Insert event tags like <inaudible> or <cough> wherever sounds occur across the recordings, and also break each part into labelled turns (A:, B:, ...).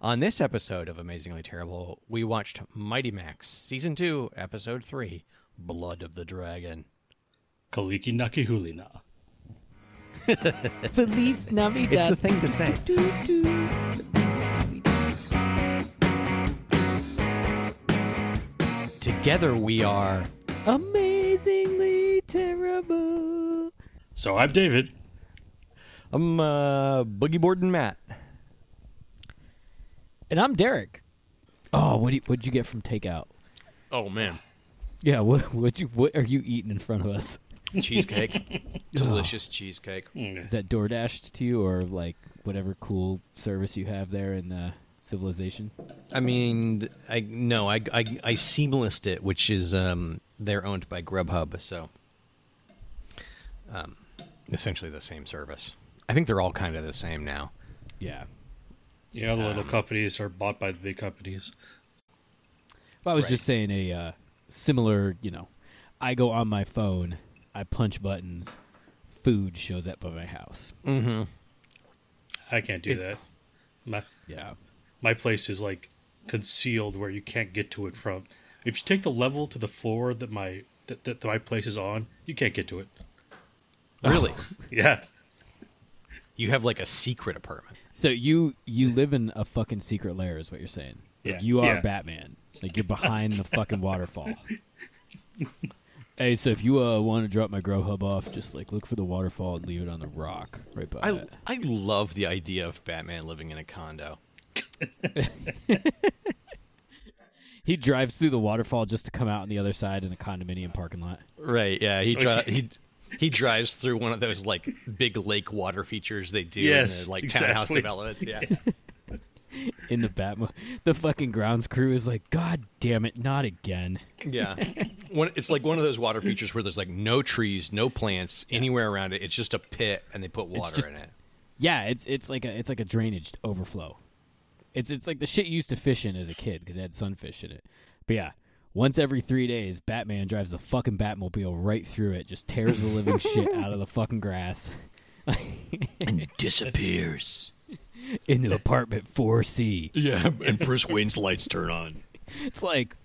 A: On this episode of Amazingly Terrible, we watched Mighty Max Season 2, Episode 3, Blood of the Dragon.
B: Kaliki Naki Hulina.
C: Feliz Navidad.
A: It's the thing to say. Together we are.
C: Amazingly terrible.
B: So I'm David.
A: I'm uh, Boogie Board and Matt.
C: And I'm Derek. Oh, what do you, what'd you get from takeout?
A: Oh, man.
C: Yeah, <laughs> what what you what are you eating in front of us?
A: <laughs> Cheesecake. Delicious cheesecake.
C: Is that DoorDashed to you or like whatever cool service you have there in uh, Civilization?
A: I mean, th- I no, I I, I seamlessed it, which is um, they're owned by Grubhub, so um, essentially the same service. I think they're all kind of the same <laughs> now.
C: Yeah.
B: Yeah, the little companies are bought by the big companies.
C: Well, I was
A: Right.
C: just saying a uh, similar, you know, I go on my phone, I punch buttons, food shows up at my house.
A: Mm.
B: I can't do
A: It-
B: that. My
C: Yeah.
B: my place is like concealed where you can't get to it from. If you take the level to the floor that my that, that my place is on, you can't get to it. <laughs>
A: Really,
B: Yeah.
A: you have like a secret apartment.
C: So you you live in a fucking secret lair is what you're saying. Like,
B: Yeah.
C: You are
B: Yeah.
C: Batman. Like you're behind the fucking waterfall. hey, so if you uh, want to drop my Grubhub off, just like look for the waterfall and leave it on the rock right by
A: I
C: it.
A: I love the idea of Batman living in a condo.
C: He drives through the waterfall just to come out on the other side in a condominium parking lot.
A: Right? Yeah. He dri- he he drives through one of those like big lake water features they do in
B: Yes,
A: the, like townhouse
B: exactly.
A: developments. <laughs> Yeah.
C: in the Batmo. The fucking grounds crew is like, God damn it, not again.
A: Yeah. One, it's like one of those water features where there's like no trees, no plants anywhere around it. It's just a pit and they put water
C: just-
A: in it.
C: Yeah, it's it's like a it's like a drainage overflow. It's it's like the shit you used to fish in as a kid because it had sunfish in it. But yeah, once every three days, Batman drives the fucking Batmobile right through it, just tears the living shit out of the fucking grass <laughs>
A: And disappears.
C: into apartment four C.
A: Yeah, and Bruce Wayne's lights turn on.
C: It's like,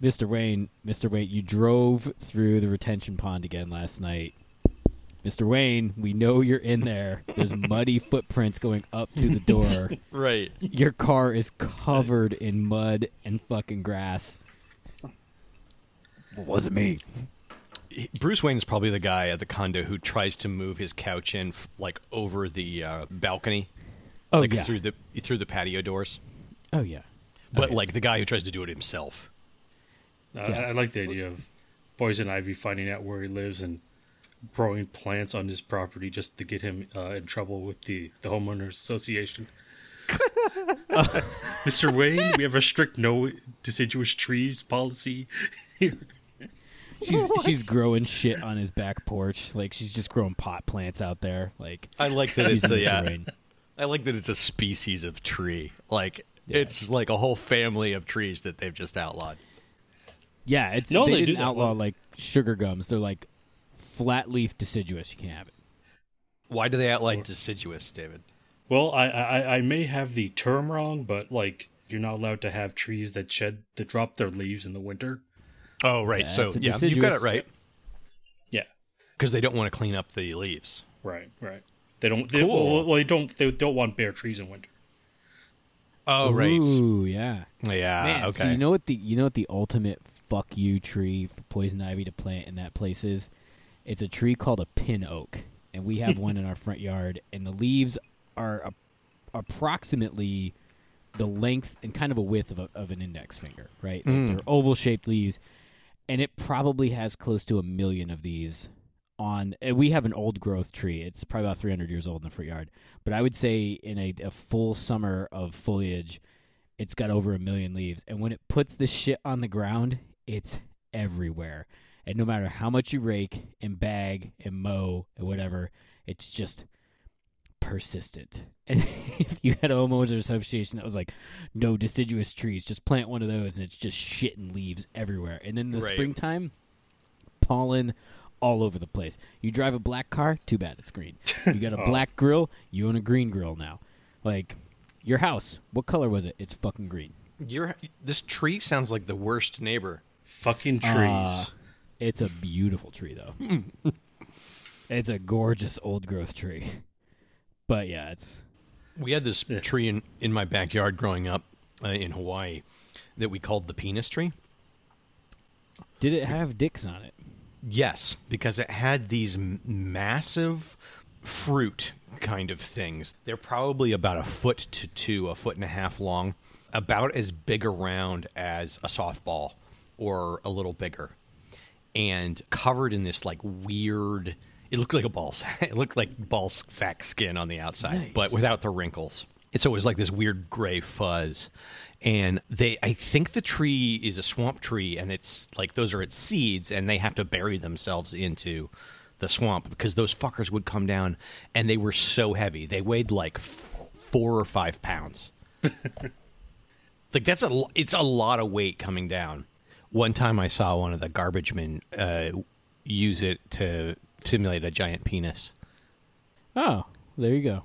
C: Mr. Wayne, Mr. Wayne, you drove through the retention pond again last night. Mr. Wayne, we know you're in there. There's muddy footprints going up to the door.
A: Right.
C: Your car is covered in mud and fucking grass. wasn't me.
A: Bruce Wayne's probably the guy at the condo who tries to move his couch in f- like over the uh, balcony,
C: Oh
A: like
C: yeah.
A: through the through the patio doors.
C: oh yeah.
A: But like the guy who tries to do it himself.
B: I, I like the idea of Poison Ivy finding out where he lives and growing plants on his property just to get him uh, in trouble with the, the homeowners association. <laughs> Mr. Wayne, we have a strict no deciduous trees policy. <laughs>
C: She's she's growing shit on his back porch. Like she's just growing pot plants out there. Like
A: I like that it's
C: using
A: a
C: Mr.
A: yeah,
C: Wayne.
A: I like that it's a species of tree. Like it's like a whole family of trees that they've just outlawed.
C: Yeah, it's
B: No,
C: they,
B: they do
C: didn't
B: that
C: outlaw
B: one.
C: like sugar gums. They're like flat leaf deciduous. You can't have it.
A: Why do they outline deciduous, David?
B: Well, I, I I may have the term wrong, but like you're not allowed to have trees that shed that drop their leaves in the winter.
A: Oh, right. so
C: That's a
A: yeah, you've got
C: deciduous.
A: it right
B: Yeah,
A: because they don't want to clean up the leaves.
B: right, right. They don't. They,
A: Cool.
B: well, well, they don't. They don't want bare trees in winter.
A: Oh,
C: Ooh, yeah.
A: Yeah.
C: Man,
A: Ah, okay.
C: So you know what the you know what the ultimate fuck you tree for poison ivy to plant in that place is? It's a tree called a pin oak, and we <laughs> have one in our front yard, and the leaves are a, approximately the length and kind of a width of, a, of an index finger, right? Like, they're oval shaped leaves, and it probably has close to a million of these on and we have an old growth tree it's probably about 300 years old in the front yard but i would say in a, a full summer of foliage it's got over a million leaves and when it puts this shit on the ground it's everywhere and no matter how much you rake and bag and mow and whatever it's just persistent <laughs> and if you had a homeowners association that was like no deciduous trees just plant one of those and it's just shit and leaves everywhere and then in the
A: Right.
C: springtime pollen all over the place. You drive a black car, too bad it's green. You got a black grill, you own a green grill now. Like Your house, what color was it? It's fucking green.
A: Your this tree sounds like the worst neighbor.
B: Fucking trees.
C: Uh, it's a beautiful tree, though. it's a gorgeous old growth tree. But yeah, it's
A: We had this
B: Yeah.
A: tree in, in my backyard growing up uh, in Hawaii that we called the penis tree.
C: did it have dicks on it?
A: Yes, because it had these m- massive fruit kind of things. They're probably about a foot to two, a foot and a half long, about as big around as a softball or a little bigger, and covered in this like weird. It looked like a ball sack. <laughs> It looked like ball sack skin on the outside,
C: Nice.
A: but without the wrinkles. And so it was like this weird gray fuzz. And they, I think the tree is a swamp tree, and it's like those are its seeds, and they have to bury themselves into the swamp because those fuckers would come down, and they were so heavy. They weighed like f- four or five pounds. <laughs> like that's a, lo- it's a lot of weight coming down. One time I saw one of the garbage men uh, use it to simulate a giant penis.
C: Oh, there you go.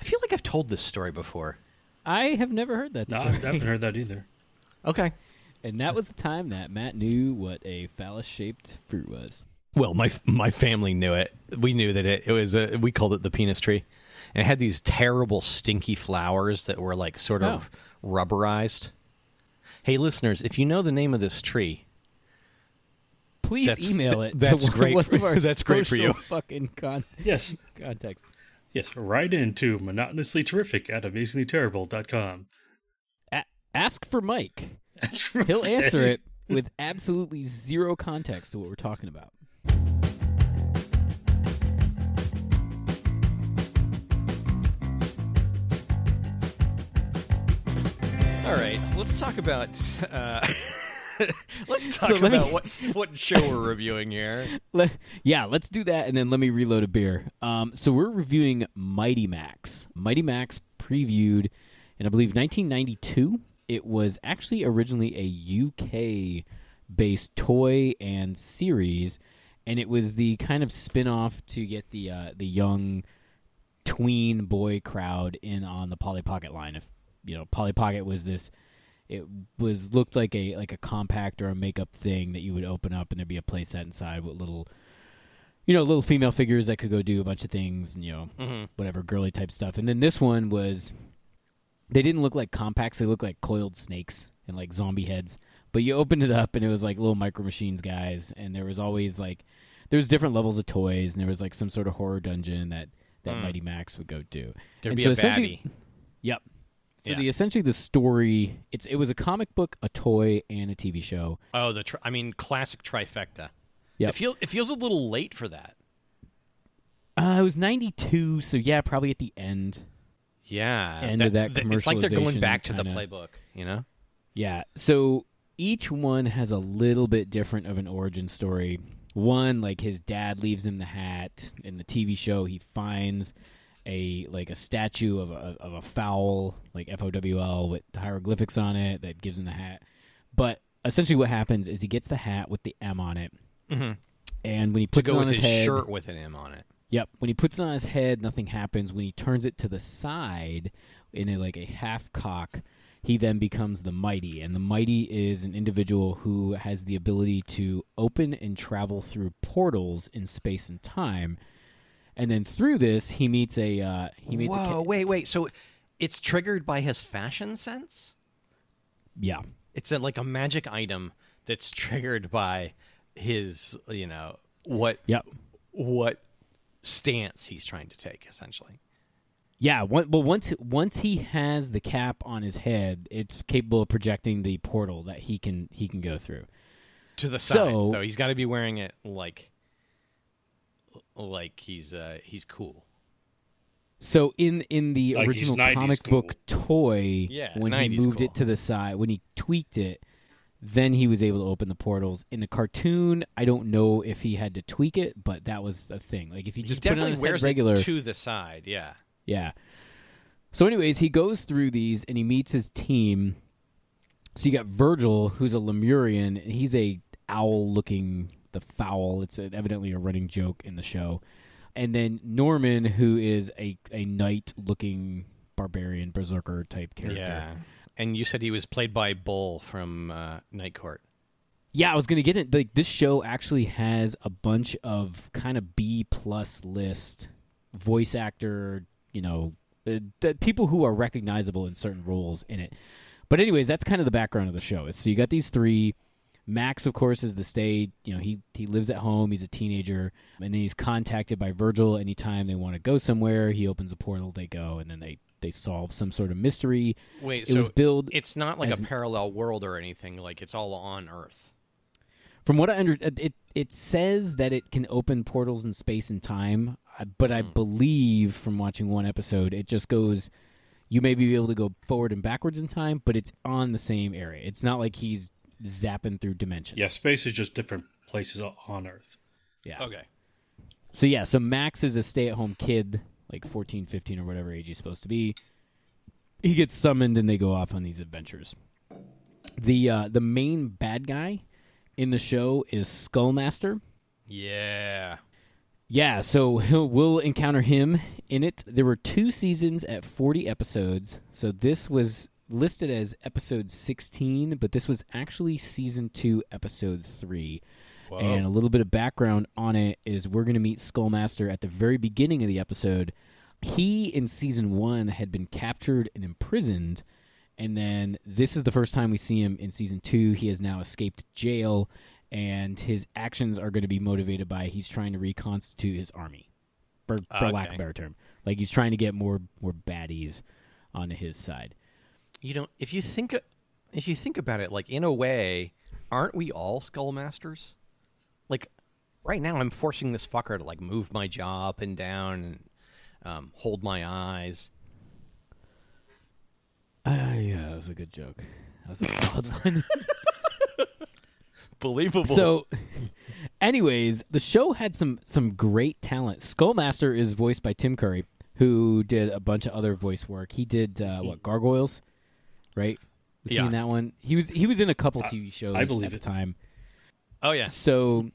A: I feel like I've told this story before.
C: I have never heard that
B: no, I
C: story.
B: haven't heard that either.
A: Okay.
C: and that was the time that Matt knew what a phallus-shaped fruit was.
A: Well, my my family knew it. We knew that it, it was a we called it the penis tree, and it had these terrible stinky flowers that were like sort of rubberized. Hey, listeners, if you know the name of this tree,
C: Please
A: That's-
C: email
A: th-
C: it.
A: that's
C: to one-
A: great
C: One
A: for-
C: of our
A: that's great for you.
C: social Fucking con-
B: Yes.
C: context.
B: Yes. Right into monotonously terrific at amazinglyterrible.com.
C: A- ask for Mike.
B: <laughs> That's right.
C: He'll answer
A: <laughs>
C: it with absolutely zero context to what we're talking about.
A: all right, let's talk about. Uh, <laughs> let's talk
C: So let me-
A: about what what show we're reviewing here.
C: <laughs> Le- yeah, let's do that, and then let me reload a beer. Um, so we're reviewing Mighty Max. Mighty Max previewed in I believe 1992. It was actually originally a UK based toy and series, and it was the kind of spin off to get the uh, the young tween boy crowd in on the Polly Pocket line. If you know, Polly Pocket was this. It was looked like a like a compact or a makeup thing that you would open up and there'd be a playset inside with little, you know, little female figures that could go do a bunch of things and you know
A: Mm-hmm.
C: whatever girly type stuff. And then this one was, they didn't look like compacts. They looked like coiled snakes and like zombie heads. But you opened it up and it was like little micro machines guys. And there was always like there was different levels of toys and there was like some sort of horror dungeon that that Mighty Max would go to.
A: Mm. There'd
C: And
A: be
C: so
A: a
C: essentially-
A: baddie.
C: Yep. So
A: Yeah.
C: the essentially the story it's it was a comic book, a toy, and a TV show.
A: Oh, the tr- I mean, classic trifecta.
C: Yep.
A: It feels it feels a little late for that.
C: Uh, it was ninety two, so yeah, probably at the end.
A: Yeah,
C: End of that
A: It's like they're going
C: commercialization
A: back to the
C: kinda-
A: playbook. You know.
C: Yeah. So each one has a little bit different of an origin story. One, like his dad leaves him the hat. In the TV show, he finds a like a statue of a, of a fowl, like F O W L, with hieroglyphics on it that gives him the hat. But essentially, what happens is he gets the hat with the M on it, and when he
A: Mm-hmm. to
C: puts it
A: go
C: on
A: with his,
C: his, head,
A: shirt with an M on it.
C: Yep. When he puts it on his head, nothing happens. When he turns it to the side in a, like a half cock, he then becomes the mighty. And the mighty is an individual who has the ability to open and travel through portals in space and time. And then through this, he meets a uh, he meets a
A: Whoa,
C: ca-
A: wait, wait. So it's triggered by his fashion sense?
C: yeah
A: It's a, like a magic item that's triggered by his, you know, what
C: yep
A: what stance he's trying to take essentially.
C: Yeah, one, but once once he has the cap on his head, it's capable of projecting the portal that he can he can go through.
A: To the side.
C: So-
A: though he's got to be wearing it like like he's uh he's cool.
C: So in in the
B: Like he's
C: original
B: 90s
C: comic
B: cool.
C: book toy,
A: Yeah,
C: when he
A: 90s
C: moved
A: cool.
C: it to the side, when he tweaked it, then he was able to open the portals. In the cartoon, I don't know if he had to tweak it, but that was a thing. Like if you just
A: he
C: put it
A: definitely
C: on his
A: wears
C: head regular,
A: it to the side, yeah.
C: yeah. So, anyways, he goes through these and he meets his team. So you got Virgil, who's a Lemurian, and he's a owl looking the fowl. It's evidently a running joke in the show. And then Norman, who is a a knight looking barbarian berserker type character.
A: Yeah. And you said he was played by Bull from uh, Night Court.
C: Yeah, I was gonna get it. Like this show actually has a bunch of kind of B plus list voice actor, you know, uh, d- people who are recognizable in certain roles in it. But anyways, that's kind of the background of the show. Is so you got these three. Max, of course, is the stay. You know, he he lives at home. He's a teenager, and then he's contacted by Virgil anytime they want to go somewhere. He opens a portal, they go, and then they they solve some sort of mystery.
A: Wait,
C: It
A: so
C: was billed
A: it's not like a
C: as-
A: parallel world or anything. Like it's all on Earth.
C: From what I under, it it says that it can open portals in space and time, I- but I believe from watching one episode, it just goes. You may be able to go forward and backwards in time, but it's on the same area. It's not like he's zapping through dimensions.
B: Yeah, space is just different places o- on Earth.
C: Yeah.
A: Okay.
C: So yeah, so Max is a stay-at-home kid, like 14, 15 or whatever age he's supposed to be. He gets summoned and they go off on these adventures. The uh, the main bad guy in the show is Skullmaster.
A: Yeah.
C: Yeah, so <laughs> he'll, we'll encounter him in it. There were two seasons at 40 episodes. So this was listed as episode 16, but this was actually season 2, episode 3. And a little bit of background on it is we're going to meet Skullmaster at the very beginning of the episode. He in season 1 had been captured and imprisoned. And then this is the first time we see him in season two. He has now escaped jail, and his actions are going to be motivated by he's trying to reconstitute his army, for, for lack of
A: Okay.
C: a better term. Like he's trying to get more more baddies onto his side.
A: You know, if you think if you think about it, like in a way, aren't we all skull masters? Like right now, I'm forcing this fucker to like move my jaw up and down and um, hold my eyes.
C: Ah, yeah, that was a good joke. That was a <laughs> solid one.
A: Believable.
C: So, anyways, the show had some some great talent. Skullmaster is voiced by Tim Curry, who did a bunch of other voice work. He did uh,
B: Hmm.
C: what Gargoyles, right? Was he
A: Yeah.
C: in that one? He was he was in a couple TV shows
B: I believe
C: at
B: it.
C: the time.
A: oh yeah,
C: Mm-hmm. So,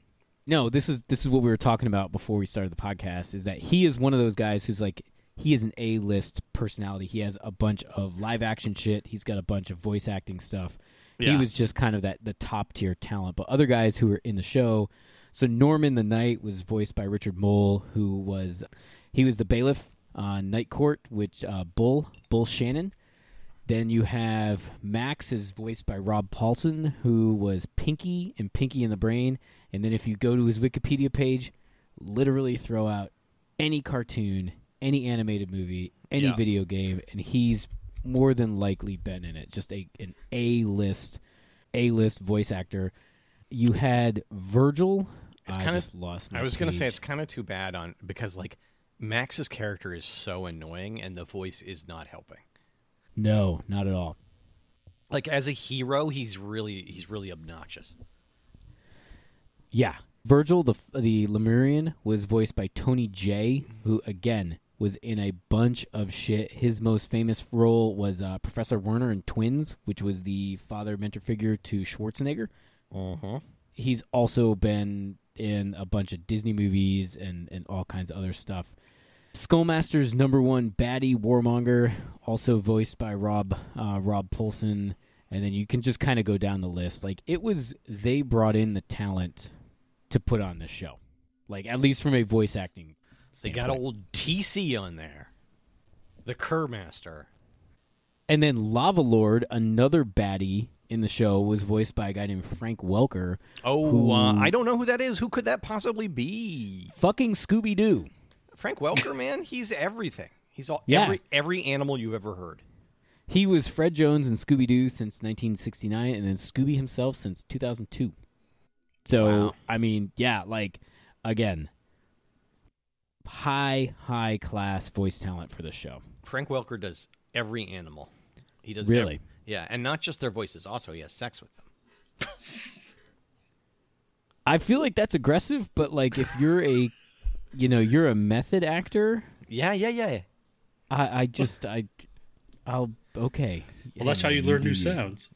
C: no, this is this is what we were talking about before we started the podcast. Is that he is one of those guys who's like he is an A list personality. He has a bunch of live action shit. He's got a bunch of voice acting stuff. He
A: Yeah.
C: was just kind of that the top tier talent. But other guys who were in the show, so Norman the Knight was voiced by Richard Mole, who was he was the bailiff on Night Court, which uh, Bull Bull Shannon. Then you have Max is voiced by Rob Paulson, who was Pinky and Pinky in the Brain. And then if you go to his Wikipedia page, literally throw out any cartoon, any animated movie, any
A: Yeah.
C: video game, and he's more than likely been in it. Just a an A list, A list voice actor. You had Virgil.
A: It's
C: I
A: kinda-
C: just lost. My
A: I was gonna say
C: page.
A: it's kind of too bad on because like Max's character is so annoying and the voice is not helping.
C: no, not at all.
A: Like as a hero, he's really he's really obnoxious.
C: Yeah. Virgil, the the Lemurian, was voiced by Tony J, who again was in a bunch of shit. His most famous role was uh, Professor Werner in Twins, which was the father mentor figure to Schwarzenegger.
A: Uh
C: Mm-hmm.
A: huh.
C: He's also been in a bunch of Disney movies and, and all kinds of other stuff. Skullmaster's number one baddie, Warmonger, also voiced by Rob uh, Rob Polson, and then you can just kind of go down the list. Like it was, they brought in the talent to put on the show, like at least from a voice acting.
A: They got
C: standpoint.
A: old TC on there, the Kerr Master.
C: And then Lava Lord, another baddie in the show, was voiced by a guy named Frank Welker.
A: Oh,
C: who-
A: uh, I don't know who that is. Who could that possibly be?
C: fucking Scooby Doo.
A: Frank Welker, man. He's everything. He's all
C: Yeah.
A: every every animal you've ever heard.
C: He was Fred Jones and Scooby Doo since 1969, and then Scooby himself since 2002. So
A: Wow.
C: I mean, yeah, like again, high high class voice talent for this show.
A: Frank Welker does every animal. He does
C: Really?
A: ev- yeah, and not just their voices. Also, he has sex with them.
C: I feel like that's aggressive, but like if you're
B: <laughs>
C: a, you know, you're a method actor,
A: Yeah, yeah, yeah.
C: I, I just I, I'll okay.
B: Well, that's how you learn new Oh,
C: Mm-hmm.
B: sounds.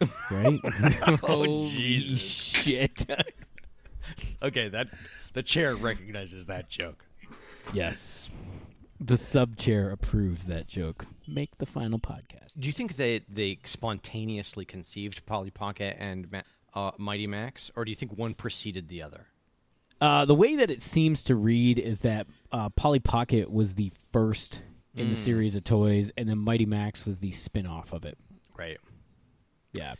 B: <laughs>
C: right? <laughs> Holy
A: Jesus.
C: shit!
A: Okay, that the chair recognizes that joke.
C: yes. The sub chair approves that joke. Make the final podcast.
A: Do you think that they spontaneously conceived Polly Pocket and Ma- uh, Mighty Max, or do you think one preceded the other?
C: Uh, the way that it seems to read is that uh, Polly Pocket was the first in the series of toys, and then Mighty Max was the spin off of it.
A: Right.
C: Yeah.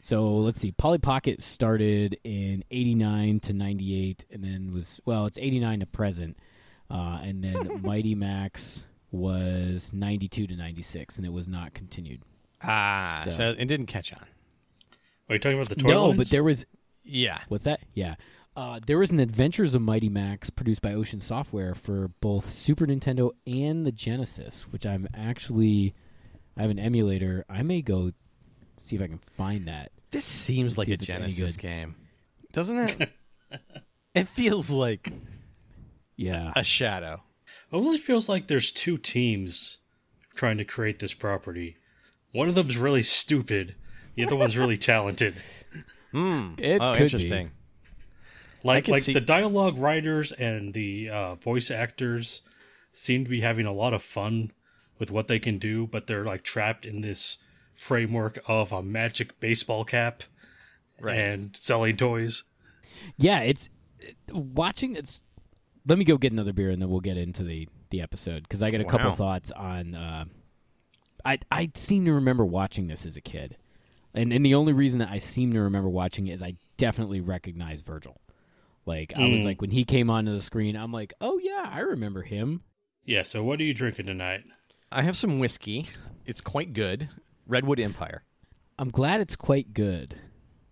C: So let's see. Polly Pocket started in '89 to '98, and then was well, it's '89 to present, uh, and then Mighty Max was '92 to '96, and it was not continued.
A: Ah, so.
C: So-
A: it didn't catch on.
B: Are you talking about the toy
C: no,
B: lines?
C: but there was
A: Yeah.
C: what's that? Yeah, uh, there was an Adventures of Mighty Max produced by Ocean Software for both Super Nintendo and the Genesis, which I'm actually I have an emulator. I may go see if I can find that.
A: This seems like
C: see
A: a
C: if it's any
A: Genesis
C: good.
A: game, doesn't <laughs> it? it feels like
C: Yeah,
A: a shadow.
B: It really feels like there's two teams trying to create this property. One of them's really stupid. The other one's really talented.
C: it
A: oh,
C: could be.
A: interesting.
B: Like
A: can
B: like
A: see-
B: the dialogue writers and the uh, voice actors seem to be having a lot of fun with what they can do, but they're like trapped in this framework of a magic baseball cap
A: Right.
B: and selling toys.
C: Yeah, it's it- watching. It's let me go get another beer and then we'll get into the the episode because I got a couple
A: Wow.
C: thoughts on. Uh, I I seem to remember watching this as a kid, and and the only reason that I seem to remember watching it is I definitely recognize Virgil. Like I
A: Mm.
C: was like when he came onto the screen, I'm like, oh yeah, I remember him.
B: Yeah, so what are you drinking tonight?
A: I have some whiskey. It's quite good. Redwood Empire.
C: I'm glad it's quite good.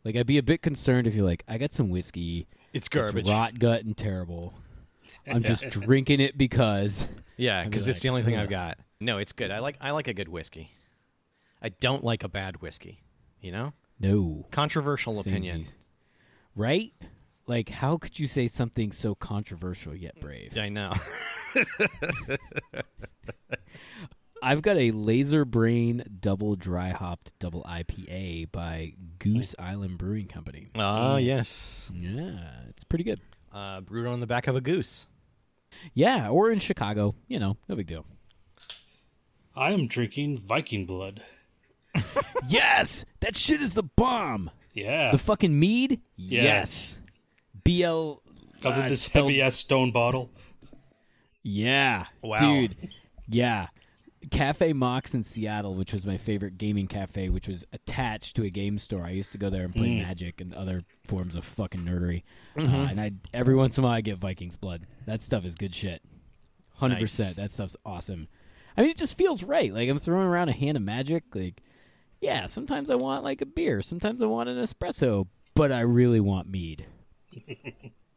C: Like I'd be a bit concerned if you're like, I got some whiskey.
A: It's garbage.
C: It's rot gut and terrible.
A: <laughs>
C: I'm just drinking it because.
A: Yeah,
C: I'd be
A: because it's
C: like,
A: the only thing I've
C: "Ugh."
A: got. No, it's good. I like I like a good whiskey. I don't like a bad whiskey. You know,
C: No.
A: controversial
C: Same
A: opinion.
C: cheese. Right? Like, how could you say something so controversial yet brave?
A: I
C: <laughs>
A: know.
C: I've got a laser brain double dry hopped double IPA by Goose Island Brewing Company.
A: Ah, yes.
C: Yeah, it's pretty good.
A: Uh, brewed on the back of a goose.
C: Yeah, or in Chicago, you know, no big deal.
B: I am drinking Viking blood.
C: yes, that shit is the bomb.
B: Yeah.
C: The fucking mead?
B: Yes.
C: Yes. BL.
B: Comes
C: uh,
B: in this
C: spelled-
B: heavy ass stone bottle.
C: Yeah.
A: Wow.
C: Dude. Yeah. Cafe Mox in Seattle, which was my favorite gaming cafe, which was attached to a game store. I used to go there and
A: Mm.
C: play Magic and other forms of fucking nerdery. Uh,
A: Mm-hmm.
C: and I every once in a while I get Vikings blood. That stuff is good shit. Hundred
A: Nice.
C: percent. That stuff's awesome. I mean, it just feels right. Like I'm throwing around a hand of Magic. Like, yeah, sometimes I want like a beer. Sometimes I want an espresso, but I really want mead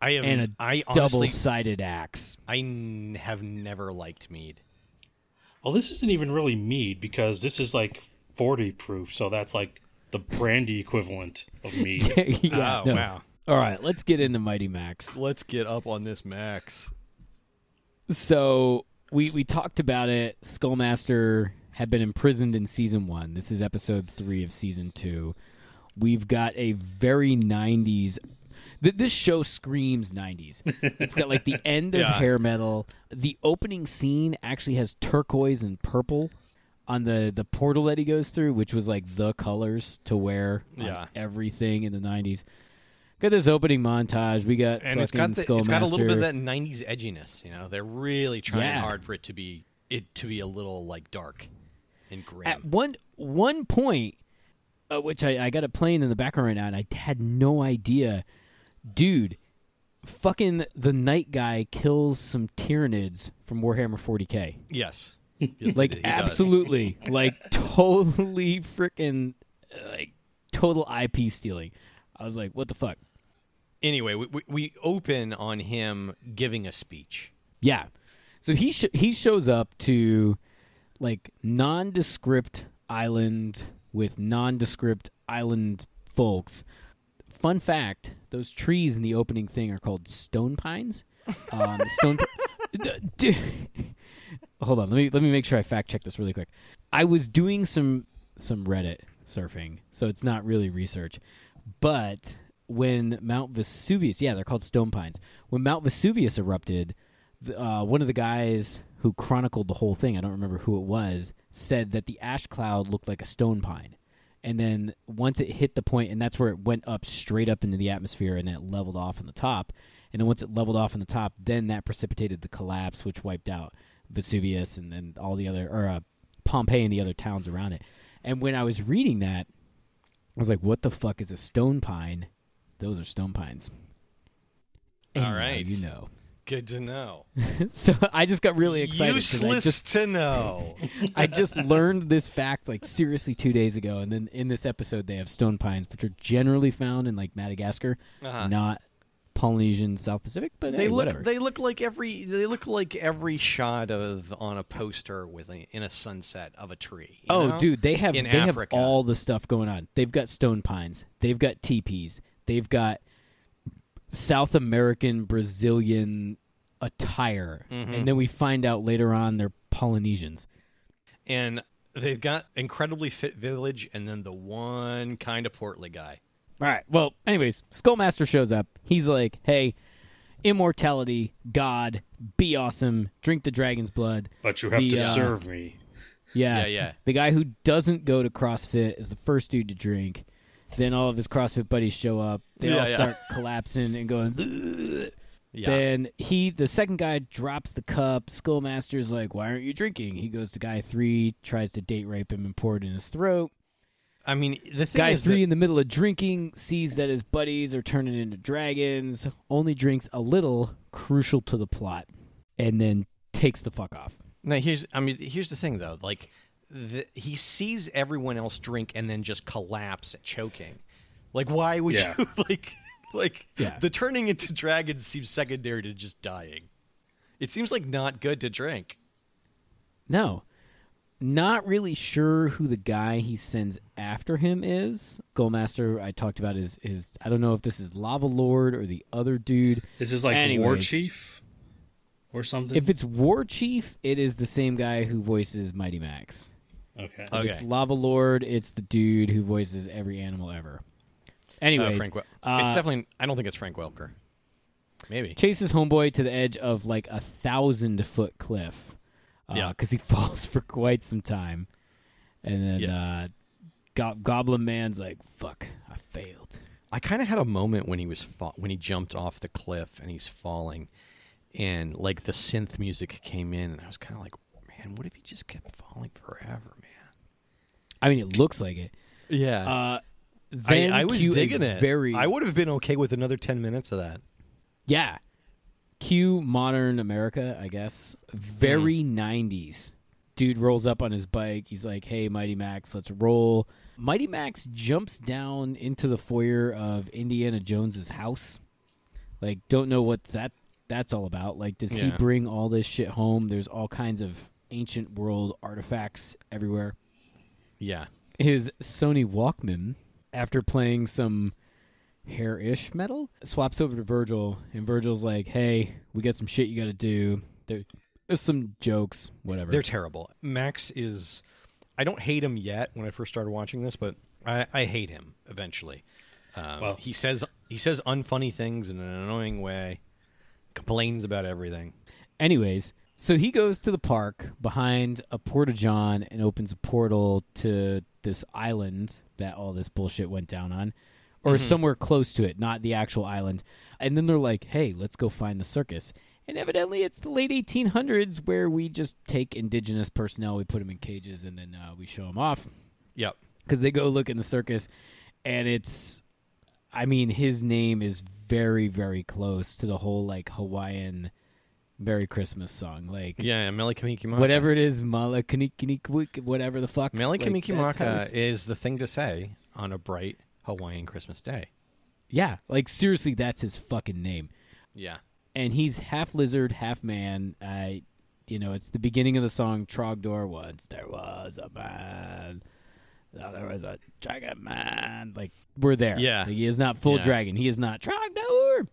A: I am.
C: and a
A: I honestly,
C: double-sided axe.
A: I n- have never liked mead.
B: Well, this isn't even really mead because this is like 40 proof, so that's like the brandy equivalent of
C: <laughs>
B: mead.
C: Yeah,
A: oh
C: no.
A: wow.
C: All right, let's get into Mighty Max.
A: Let's get up on this max.
C: So we we talked about it. Skullmaster had been imprisoned in season one. This is episode three of season two. We've got a very '90s. Th- this show screams '90s. It's
A: <laughs>
C: got like the end of
A: Yeah.
C: hair metal. The opening scene actually has turquoise and purple on the the portal that he goes through, which was like the colors to wear on
A: Yeah.
C: everything in the '90s. Got this opening montage. We got
A: And it's
C: fucking
A: got the, it's got a little bit
C: Skullmaster.
A: of that '90s edginess. You know, they're really trying
C: Yeah.
A: hard for it to be it to be a little like dark and grim.
C: at one one point, uh, which I, I got it playing in the background right now, and I had no idea, dude. Fucking the night guy kills some Tyranids from Warhammer 40k. <laughs>
A: yes. Yes,
C: Like
A: he does. <laughs>
C: absolutely, like totally freaking uh, like total IP stealing. I was like, what the fuck?
A: Anyway, we, we we open on him giving a speech.
C: Yeah. So he sh- he shows up to like nondescript island with nondescript island folks. Fun fact: those trees in the opening thing are called stone pines. Um, stone. Pi- <laughs> D- d- Hold on. Let me let me make sure I fact check this really quick. I was doing some some Reddit surfing, so it's not really research, but when Mount Vesuvius, yeah, they're called stone pines. When Mount Vesuvius erupted, th- uh, one of the guys who chronicled the whole thing, I don't remember who it was, said that the ash cloud looked like a stone pine. And then once it hit the point, and that's where it went up straight up into the atmosphere and then it leveled off on the top. And then once it leveled off on the top, then that precipitated the collapse, which wiped out Vesuvius and then all the other, or uh, Pompeii and the other towns around it. And when I was reading that, I was like, what the fuck is a stone pine? Those are stone pines. And
A: All
C: now
A: right.
C: You know. <laughs>
A: Good to know.
C: So I just got really excited. 'cause I
A: Useless
C: <laughs> just,
A: to know.
C: I just learned this fact like seriously two days ago, and then in this episode they have stone pines, which are generally found in like Madagascar,
A: Uh-huh.
C: not Polynesian South Pacific, but
A: They
C: hey,
A: look.
C: whatever.
A: They look like every. They look like every shot of on a poster with a, in a sunset of a tree. you
C: oh,
A: know?
C: dude, they have
A: in
C: they
A: Africa.
C: have all the stuff going on. They've got stone pines, they've got teepees, they've got South American Brazilian attire,
A: Mm-hmm.
C: and then we find out later on they're Polynesians.
A: and they've got incredibly fit village, and then the one kind of portly guy.
C: All right. Well, anyways, Skullmaster shows up. He's like, "Hey, immortality, God, be awesome. Drink the dragon's blood."
B: But you have
C: The,
B: to
C: uh,
B: serve me.
C: Yeah,
A: Yeah, yeah.
C: The guy who doesn't go to CrossFit is the first dude to drink. Then all of his CrossFit buddies show up. They
A: Yeah,
C: all
A: yeah.
C: start <laughs> collapsing and going. "Ugh."
A: Yeah.
C: Then he, the second guy, drops the cup. Skullmaster's like, "Why aren't you drinking?" He goes to guy three, tries to date rape him, and pour it in his throat.
A: I mean, the thing
C: Guy
A: is
C: three
A: that-
C: in the middle of drinking sees that his buddies are turning into dragons, only drinks a little, crucial to the plot, and then takes the fuck off.
A: Now here's I mean here's the thing though like the, he sees everyone else drink and then just collapse choking. Like why would
B: Yeah.
A: you <laughs> like like
C: Yeah.
A: the turning into dragons seems secondary to just dying. It seems like not good to drink.
C: No. Not really sure who the guy he sends after him is. Goldmaster, I talked about his his I don't know if this is Lava Lord or the other dude.
B: This is like war
C: Anyways.
B: chief or something.
C: If it's War Chief, it is the same guy who voices Mighty Max.
B: okay.
A: Okay.
C: It's Lava Lord, it's the dude who voices every animal ever. Anyways,
A: Frank Wel-
C: uh,
A: it's definitely I don't think it's Frank Welker. Maybe.
C: chases homeboy to the edge of like a thousand foot cliff
A: Yeah.
C: because he <laughs> falls for quite some time and then uh, Go- goblin man's like fuck i failed
A: I kind of had a moment when he was fa- when he jumped off the cliff and he's falling, and like the synth music came in, and I was kind of like, man, what if he just kept falling forever, man?
C: i mean it looks like it
A: Yeah.
C: uh, then
A: I, I was
C: cue a
A: digging it.
C: very
A: I would have been okay with another ten minutes of that.
C: yeah cue modern america i guess very 90s dude rolls up on his bike he's like hey mighty max let's roll mighty max jumps down into the foyer of indiana jones's house Like, don't know what's that that's all about. Like, does he
A: Yeah.
C: bring all this shit home? There's all kinds of ancient world artifacts everywhere.
A: Yeah.
C: His Sony Walkman, after playing some hair-ish metal, swaps over to Virgil, and Virgil's like, "Hey, we got some shit you got to do. There- There's some jokes, whatever."
A: They're terrible. Max is I don't hate him yet when I first started watching this, but I, I hate him eventually. Um,
B: Well-
A: he says he says unfunny things in an annoying way, complains about everything.
C: Anyways, so he goes to the park behind a porta john and opens a portal to this island that all this bullshit went down on, or somewhere close to it, not the actual island. And then they're like, "Hey, let's go find the circus." And evidently, it's the late 1800s where we just take indigenous personnel, we put them in cages, and then uh, we show them off
A: Yep.
C: because they go look in the circus, and it's, I mean, his name is very, very close to the whole like Hawaiian Merry Christmas song, like
A: Yeah, Meli Kamikimaka.
C: whatever it is, Mala Kanikinik, whatever the fuck.
A: Meli
C: like, that's how
A: Kamikimaka
C: it's-
A: is the thing to say on a bright Hawaiian Christmas day.
C: yeah, like seriously, that's his fucking name,
A: Yeah.
C: and he's half lizard, half man. I, you know, it's the beginning of the song Trogdor. Once there was a man. Now there was a dragon man. Like we're there.
A: Yeah.
C: Like, he is not full
A: Yeah.
C: dragon. He is not Trogdor.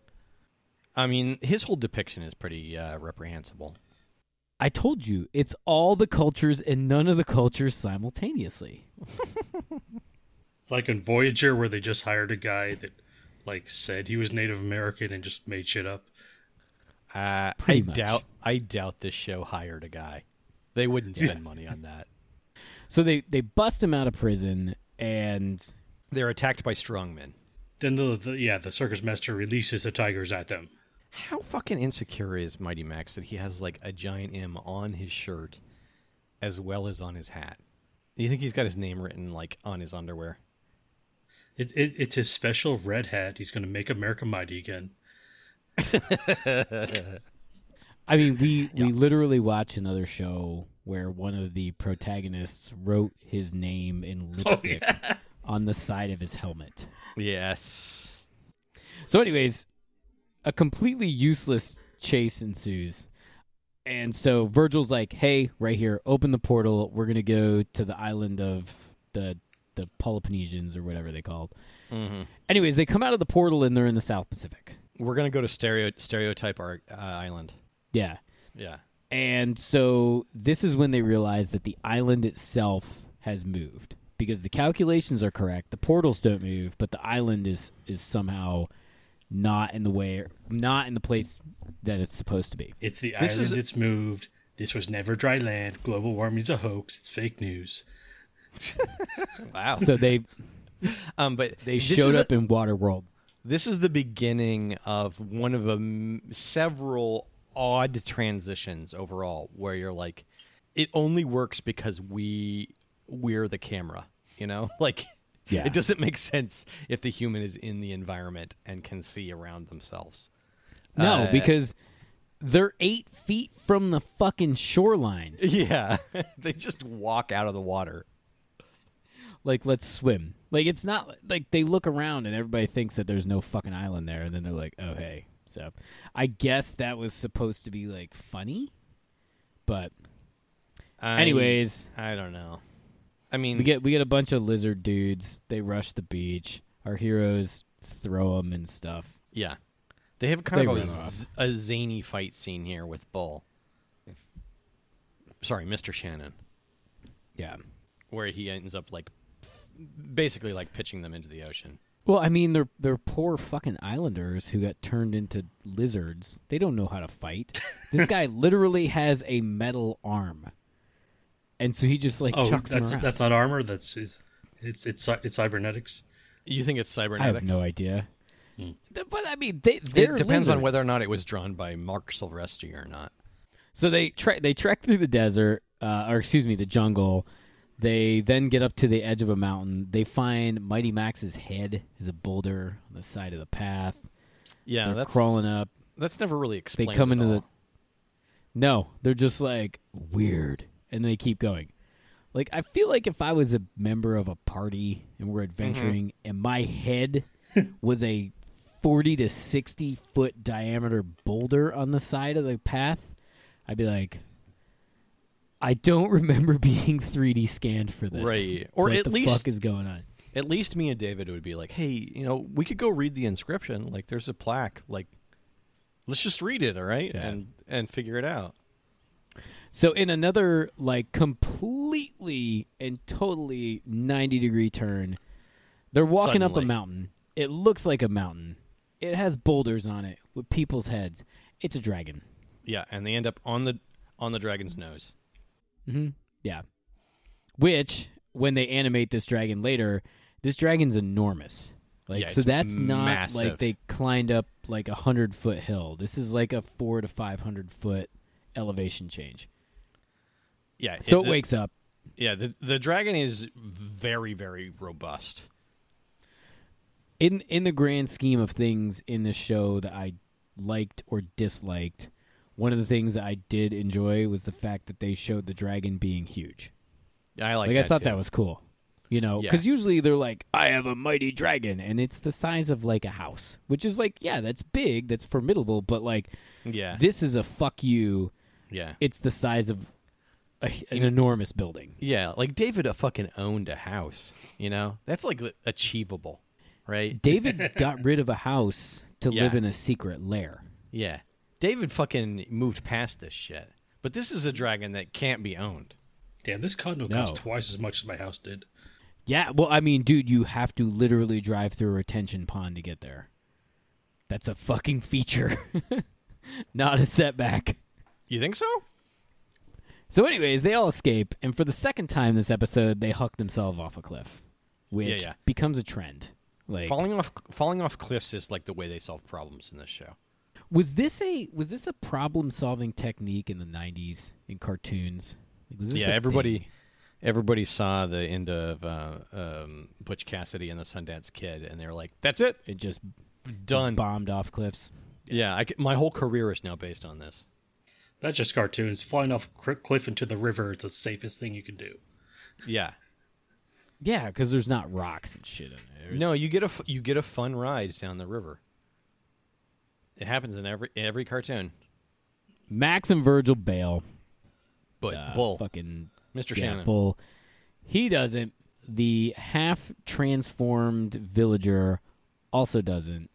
A: I mean, his whole depiction is pretty uh, reprehensible.
C: I told you, it's all the cultures and none of the cultures simultaneously.
B: It's like in Voyager where they just hired a guy that like said he was Native American and just made shit up.
A: Uh, I
C: Pretty much.
A: doubt. I doubt this show hired a guy. They wouldn't spend money on that.
C: So they they bust him out of prison, and
A: They're attacked by strongmen.
B: Then the, the yeah the circus master releases the tigers at them.
A: How fucking insecure is Mighty Max that he has like a giant M on his shirt, as well as on his hat? Do you think he's got his name written like on his underwear?
B: It, it, it's his special red hat. He's going to make America mighty again.
C: I mean we we literally watch another show where one of the protagonists wrote his name in lipstick on the side of his helmet.
A: Yes.
C: So, anyways, a completely useless chase ensues. And so Virgil's like, hey, right here, open the portal. We're going to go to the island of the the Peloponnesians or whatever they called. Anyways, they come out of the portal and they're in the South Pacific.
A: We're gonna go to stereo stereotype our uh, island.
C: Yeah.
A: Yeah.
C: And so this is when they realize that the island itself has moved because the calculations are correct. The portals don't move, but the island is is somehow not in the way, not in the place that it's supposed to be.
B: It's the
A: This
B: island.
A: is-
B: It's moved. This was never dry land. Global warming's a hoax. It's fake news.
A: Wow. <laughs>
C: So they
A: um, but
C: they
A: this
C: showed
A: is a-
C: up in Waterworld.
A: This is the beginning of one of a m- several odd transitions overall, where you're like, it only works because we we're the camera, you know, <laughs> like.
C: Yeah.
A: It doesn't make sense if the human is in the environment and can see around themselves.
C: No,
A: Uh,
C: because they're eight feet from the fucking shoreline.
A: <laughs> Yeah, <laughs> they just walk out of the water.
C: Like, let's swim. Like, it's not like they look around and everybody thinks that there's no fucking island there, and then they're like, oh hey. So, I guess that was supposed to be like funny, but
A: I-
C: anyways,
A: I don't know. I mean,
C: we get we get a bunch of lizard dudes. They rush the beach. Our heroes throw them and stuff.
A: yeah, they have kind
C: They
A: of a,
C: run
A: z- a zany fight scene here with Bull. Sorry, Mister Shannon.
C: Yeah.
A: where he ends up like basically like pitching them into the ocean.
C: Well, I mean, they're they're poor fucking islanders who got turned into lizards. They don't know how to fight.
B: <laughs>
C: This guy literally has a metal arm, and so he just like
B: Oh,
C: chucks
B: that's
C: them around.
B: that's not armor. That's it's it's it's, cy- it's cybernetics.
A: You think it's
C: I
A: cybernetics?
C: have no idea. Th- But I mean, they
A: It
C: they're
A: depends on
C: lizards.
A: whether or not it was drawn by Mark Silvestri or not.
C: So they tre- they trek through the desert, uh, or excuse me, the jungle. They then get up to the edge of a mountain. They find Mighty Max's head is a boulder on the side of the path.
A: Yeah,
C: They're
A: that's
C: crawling up.
A: That's never really
C: They
A: explained.
C: come
A: at
C: into the
A: all.
C: No, they're just like weird, and they keep going. Like I feel like if I was a member of a party and
A: Mm-hmm.
C: we're adventuring, and my head <laughs> was a forty to sixty foot diameter boulder on the side of the path, I'd be like, I don't <laughs> remember being three D scanned for this,
A: Right. Or
C: what
A: at
C: the
A: least-
C: fuck is going on?
A: At least me and David would be like, "Hey, you know, we could go read the inscription. Like, there's a plaque. Like, let's just read it, all right,
C: Yeah.
A: and and figure it out."
C: So in another like completely and totally 90 degree turn, they're walking up a
A: Suddenly.
C: mountain. It looks like a mountain. It has boulders on it with people's heads. It's a dragon.
A: Yeah, and they end up on the on the dragon's nose. Mm-hmm.
C: Mhm. Yeah. Which when they animate this dragon later, this dragon's enormous. Like
A: Yeah,
C: so
A: it's
C: that's not
A: massive.
C: like they climbed up like a 100 foot hill. This is like a 4 to 500 foot elevation change.
A: Yeah.
C: So it
A: the-
C: wakes up
A: Yeah, the the dragon is very very robust.
C: in in the grand scheme of things in this show that I liked or disliked, one of the things that I did enjoy was the fact that they showed the dragon being huge.
A: I like.
C: Like,
A: that
C: I thought
A: too.
C: that was cool. You know,
A: Yeah.
C: because usually they're like, "I have a mighty dragon," and it's the size of like a house, which is like, yeah, that's big, that's formidable, but like,
A: Yeah.
C: this is a fuck you.
A: yeah.
C: It's the size of a, an enormous building.
A: Yeah, like David uh, fucking owned a house, you know? That's like li- achievable, right? <laughs>
C: David got rid of a house to
A: Yeah.
C: live in a secret lair.
A: Yeah. David fucking moved past this shit. But this is a dragon that can't be owned.
B: Damn, this condo
C: No.
B: costs twice as much as my house did.
C: Yeah, well, I mean, dude, you have to literally drive through a retention pond to get there. That's a fucking feature. <laughs> not a setback.
A: You think so?
C: So, anyways, they all escape, and for the second time this episode, they huck themselves off a cliff, which
A: yeah.
C: becomes a trend. Like,
A: Falling off falling off cliffs is like the way they solve problems in this show.
C: was this a was this a problem solving technique in the '90s in cartoons? Like, was this
A: yeah,
C: a
A: everybody
C: thing?
A: everybody saw the end of uh, um, Butch Cassidy and the Sundance Kid, and they're like, "That's it,
C: it just
A: done."
C: bombed off cliffs.
A: yeah, I c my whole career is now based on this.
B: That's just cartoons. Flying off a cri- cliff into the river is the safest thing you can do.
A: Yeah,
C: Yeah, because there's not rocks and shit in there.
A: no, you get a f- you get a fun ride down the river. It happens in every every cartoon.
C: Max and Virgil bail.
A: But
C: Uh,
A: Bull,
C: fucking
A: Mr.
C: yeah,
A: Shannon,
C: Bull. He doesn't. The half transformed villager also doesn't.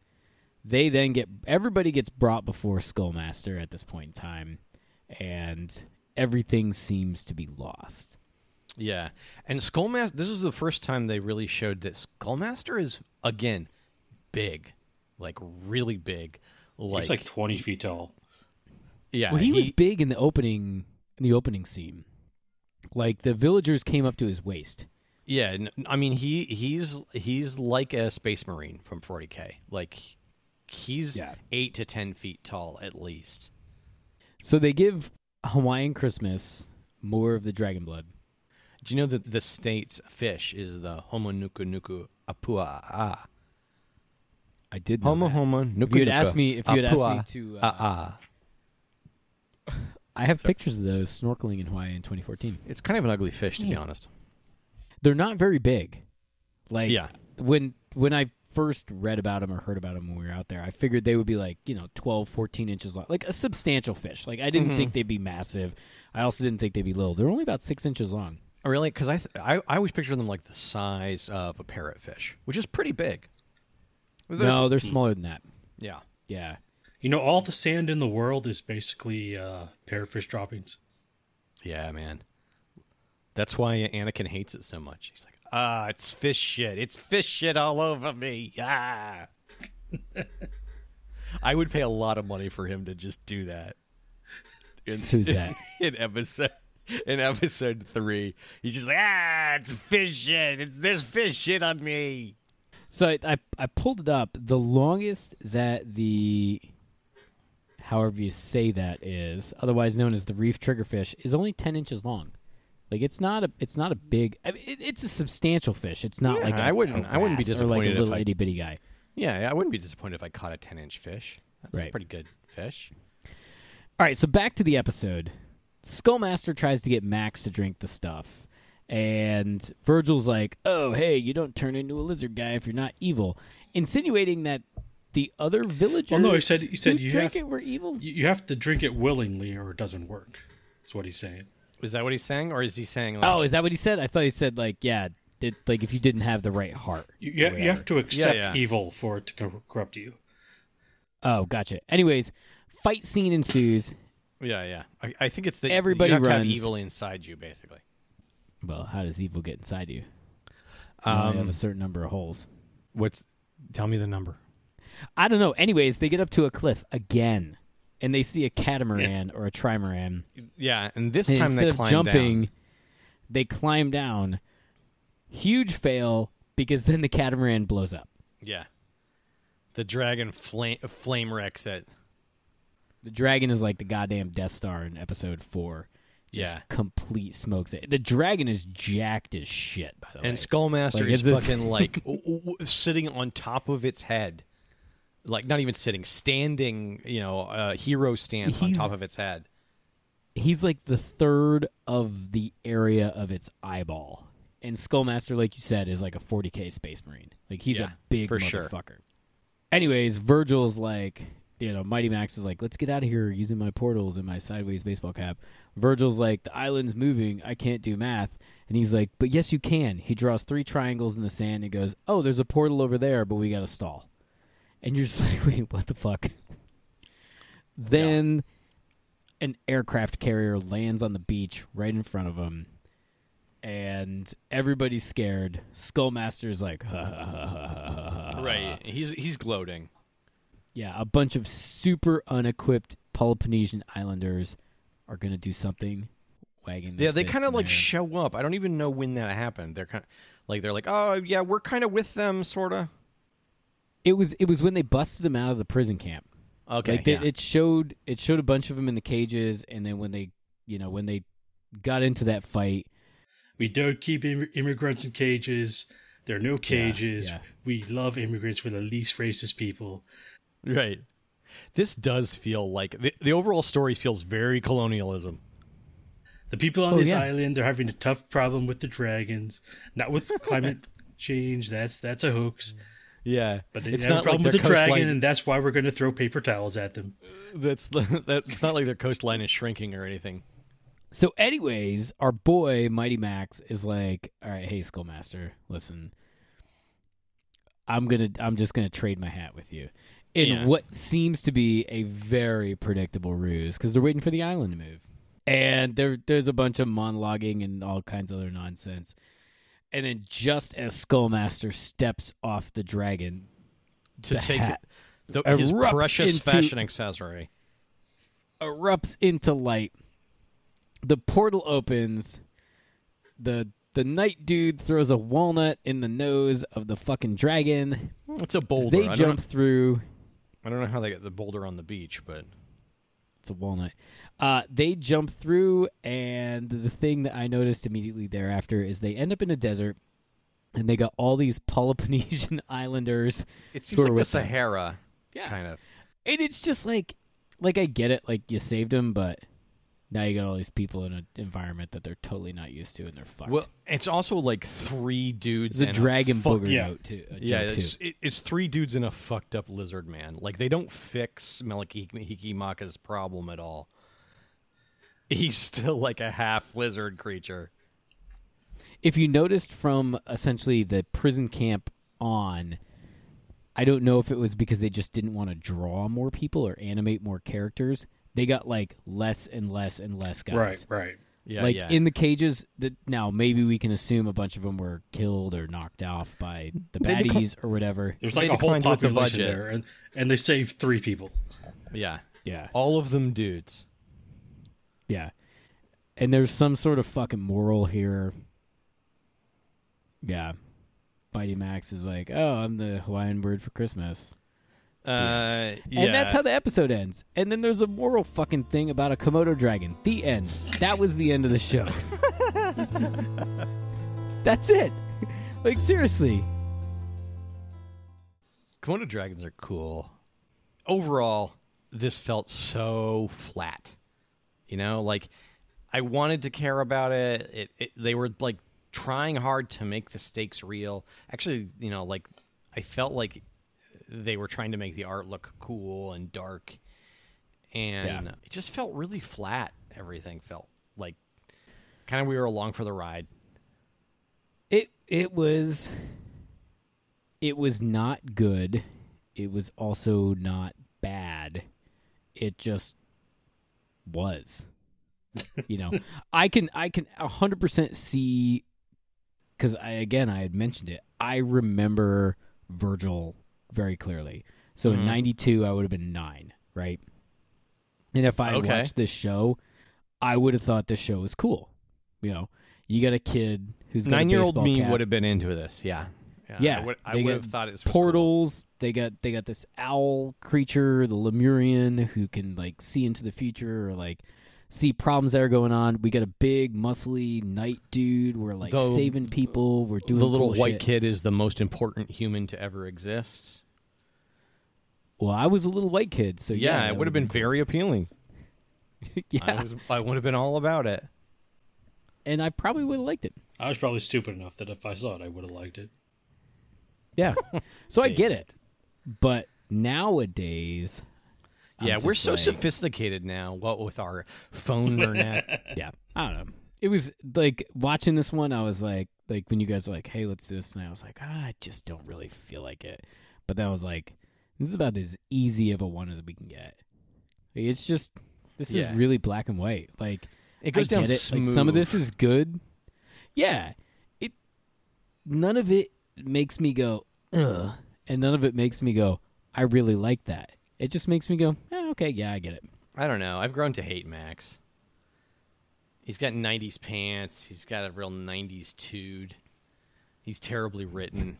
C: They then get everybody gets brought before Skullmaster at this point in time, and everything seems to be lost.
A: yeah, and Skullmaster. This is the first time they really showed that Skullmaster is again big, like really big. Like,
B: It's like 20 feet tall.
A: yeah,
C: Well, he, was big in the opening in the opening scene. Like the villagers came up to his waist.
A: Yeah, n- I mean he he's he's like a space marine from 40k. Like he's
C: Yeah.
A: eight to ten feet tall at least.
C: So they give Hawaiian Christmas more of the dragon blood.
A: Do you know that the state's fish is the Homo nuku nuku apua?
C: I did know
A: Homo
C: that.
A: homo nuku.
C: If you had asked me, if you had asked me to, uh,
A: ah,
C: I have pictures of those snorkeling in Hawaii in 2014.
A: it's kind of an ugly fish to be honest.
C: They're not very big. Like
A: Yeah.
C: when when I first read about them or heard about them when we were out there, I figured they would be like you know 12, 14 inches long, like a substantial fish. Like I didn't
A: Mm-hmm.
C: think they'd be massive. I also didn't think they'd be little. They're only about six inches long.
A: Oh, Really? Because I, th- I I always picture them like the size of a parrotfish, which is pretty big. They're- <laughs>
C: no, they're smaller than that.
A: Yeah.
C: Yeah.
B: You know, all the sand in the world is basically uh, parrotfish droppings.
A: Yeah, man. That's why Anakin hates it so much. He's like, ah, it's fish shit. It's fish shit all over me. Ah. <laughs> I would pay a lot of money for him to just do that. In,
C: Who's that?
A: In episode in episode three. He's just like, ah, it's fish shit. It's there's fish shit on me.
C: So I, I I pulled it up. The longest that the however you say that is, otherwise known as the reef triggerfish, is only ten inches long. Like it's not a it's not a big. I mean, it, it's a substantial fish. It's not
A: Yeah,
C: like I
A: I wouldn't-
C: I
A: I wouldn't be
C: Or like
A: disappointed
C: a
A: if
C: little
A: I-
C: itty bitty guy.
A: Yeah, I wouldn't be disappointed if I caught a ten inch fish. That's a
C: Right.
A: pretty good fish.
C: All right, so back to the episode. Skullmaster tries to get Max to drink the stuff, and Virgil's like, "Oh, hey, you don't turn into a lizard guy if you're not evil," insinuating that the other villagers.
B: Well, Oh, no, he said- he said
C: who
B: you
C: drank
B: have-
C: it were evil.
B: You, you have to drink it willingly or it doesn't work. That's what he's saying.
A: Is that what he's saying? Or is he saying like
C: Oh, is that what he said? I thought he said like, yeah, it, like if you didn't have the right heart.
B: You, you,
C: or
B: you have to accept
A: yeah.
B: evil for it to co- corrupt you.
C: whatever. Oh, gotcha. Anyways, fight scene ensues.
A: Yeah, yeah. I, I think it's that
C: Everybody
A: you have to have
C: runs.
A: evil inside you, basically.
C: Well, how does evil get inside you? You only have
A: Um,
C: a certain number of holes.
A: what's? Tell me the number.
C: I don't know. Anyways, they get up to a cliff again, and they see a catamaran or a trimaran.
A: Yeah, and this
C: And
A: time
C: instead
A: they
C: of
A: climb
C: jumping,
A: down.
C: they climb down. Huge fail because then the catamaran blows up.
A: Yeah, the dragon flame flame wrecks it.
C: The dragon is like the goddamn Death Star in episode four. Just
A: Yeah.
C: complete smokes it. The dragon is jacked as shit, by the way.
A: And Skullmaster
C: Like,
A: is
C: is this- <laughs>
A: fucking like w- w- sitting on top of its head, like not even sitting, standing. You know, uh, hero stance on
C: He's-
A: top of its head.
C: He's like the third of the area of its eyeball. And Skullmaster, like you said, is like a 40k Space Marine. Like he's
A: Yeah,
C: a big
A: for sure.
C: motherfucker. Anyways, Virgil's like, you know, Mighty Max is like, let's get out of here using my portals and my sideways baseball cap. Virgil's like, the island's moving. I can't do math. And he's like, but yes, you can. He draws three triangles in the sand and goes, oh, there's a portal over there, but we got to stall. And you're just <laughs> like, wait, what the fuck? Then an aircraft carrier lands on the beach right in front of him. And everybody's scared. Skullmaster's like, ha ha ha ha ha ha. ha.
A: Right. He's he's gloating.
C: Yeah, a bunch of super unequipped Peloponnesian Islanders are going to do something. Wagging their
A: Yeah, they
C: fists
A: kind
C: in
A: of like
C: their-
A: show up. I don't even know when that happened. They're kind of like they're like, oh yeah, we're kind of with them, sort of.
C: it was it was when they busted them out of the prison camp.
A: Okay,
C: like they,
A: yeah.
C: it showed it showed a bunch of them in the cages, and then when they you know when they got into that fight,
B: We don't keep Im- immigrants in cages. There are no cages.
C: yeah.
B: We love immigrants. We're the least racist people.
D: Right. This does feel like the, the overall story feels very colonialism.
B: The people on
C: Oh,
B: this
C: yeah.
B: island, they're having a tough problem with the dragons, not
C: <laughs>
B: with climate change. That's that's a hoax.
D: Yeah,
B: But they have a problem with the dragon, and that's why we're going to throw paper towels at them.
A: <laughs>
D: that's that, it's not like their coastline is shrinking or anything.
C: So, anyways, our boy Mighty Max is like, "All right, hey Skullmaster, listen, I'm gonna, I'm just gonna trade my hat with you," in
D: Yeah.
C: what seems to be a very predictable ruse because they're waiting for the island to move, and there, there's a bunch of monologuing and all kinds of other nonsense, and then just as Skullmaster steps off the dragon,
A: to
C: the
A: take
C: hat
A: it, the, his
C: erupts
A: precious
C: into-
A: fashion accessory.
C: erupts into light. The portal opens. The the night dude throws a walnut in the nose of the fucking dragon.
A: It's a boulder.
C: They
A: I, don't
C: jump
A: know,
C: through.
A: I don't know how they get the boulder on the beach, but
C: It's a walnut. Uh, they jump through, and the thing that I noticed immediately thereafter is they end up in a desert, and they got all these Peloponnesian <laughs> islanders.
A: it
C: who
A: seems
C: are
A: like the
C: with them.
A: Sahara,
C: Yeah.
A: kind of.
C: and it's just like like i get it like you saved them but now you got all these people in an environment that they're totally not used to and they're fucked
A: Well, it's also like three dudes.
C: it's a
A: and
C: dragon
A: fuck-
C: booger
B: yeah.
C: note too a
A: Yeah,
C: joke,
A: it's,
C: too.
A: it, it's three dudes in a fucked up lizard man. Like they don't fix Melikimaka's problem at all. He's still like a half lizard creature.
C: if you noticed from essentially the prison camp on i don't know if it was because they just didn't want to draw more people or animate more characters they got like less and less and less guys
B: Right, right.
D: Yeah,
C: like
D: yeah.
C: in the cages that now maybe we can assume a bunch of them were killed or knocked off by the
A: They decla-
C: baddies or whatever
B: There's
A: They
B: like a whole
A: declined with the
B: population
A: budget.
B: there, and, and they saved three people.
A: Yeah,
C: yeah
A: all of them dudes.
C: Yeah. And there's some sort of fucking moral here. Yeah. Mighty Max is like, oh, I'm the Hawaiian bird for Christmas.
A: Uh, yeah.
C: And that's how the episode ends. And then there's a moral fucking thing about a Komodo dragon. The end. That was the end of the show. that's it. Like, seriously.
A: Komodo dragons are cool. Overall, this felt so flat. You know, like I wanted to care about it. It, it they were like trying hard to make the stakes real. Actually, you know, like I felt like they were trying to make the art look cool and dark and
C: Yeah.
A: it just felt really flat. Everything felt like kind of we were along for the ride.
C: It it was it was not good. It was also not bad. It just was. you know, I can I can 100% see cuz I again I had mentioned it. I remember Virgil very clearly. So in 92 I would have been 9, right? And if I had
A: Okay.
C: watched this show, I would have thought this show was cool. You know, you got a kid who's got a
A: Nine year old
C: baseball
A: me
C: cap
A: would have been into this. Yeah.
C: Yeah,
A: I would, I
C: they
A: would
C: got
A: have thought it's
C: portals. They got they got this owl creature, the Lemurian, who can like see into the future or like see problems that are going on. We got a big, muscly knight dude. We're like
A: The-
C: saving people. We're doing
A: the little
C: cool
A: white
C: shit.
A: kid is the most important human to ever exist.
C: Well, I was a little white kid, so yeah,
A: Yeah,
C: that
A: it would have been very appealing.
C: <laughs> yeah,
A: I, was, I would have been all about it.
C: and I probably would have liked it.
B: I was probably stupid enough that if I saw it, I would have liked it.
A: <laughs>
C: Yeah, so I get it, but nowadays, I'm
A: yeah, we're
C: just
A: so
C: like-
A: sophisticated now. What with our
C: <laughs>
A: phone internet.
C: yeah, I don't know. It was like watching this one. I was like, like when you guys were like, "Hey, let's do this," and I was like, ah, "I just don't really feel like it." But then I was like, "This is about as easy of a one as we can get." Like, it's just this
A: Yeah.
C: is really black and white. Like
A: It goes
C: I
A: down
C: get it. Like, some of this
A: smooth.
C: is good. Yeah, it. None of it makes me go, ugh, and none of it makes me go, I really like that. It just makes me go, "Eh, "Ah, okay, yeah, I get it.
A: I don't know. I've grown to hate Max. He's got 90s pants. He's got a real 90s dude. He's terribly written.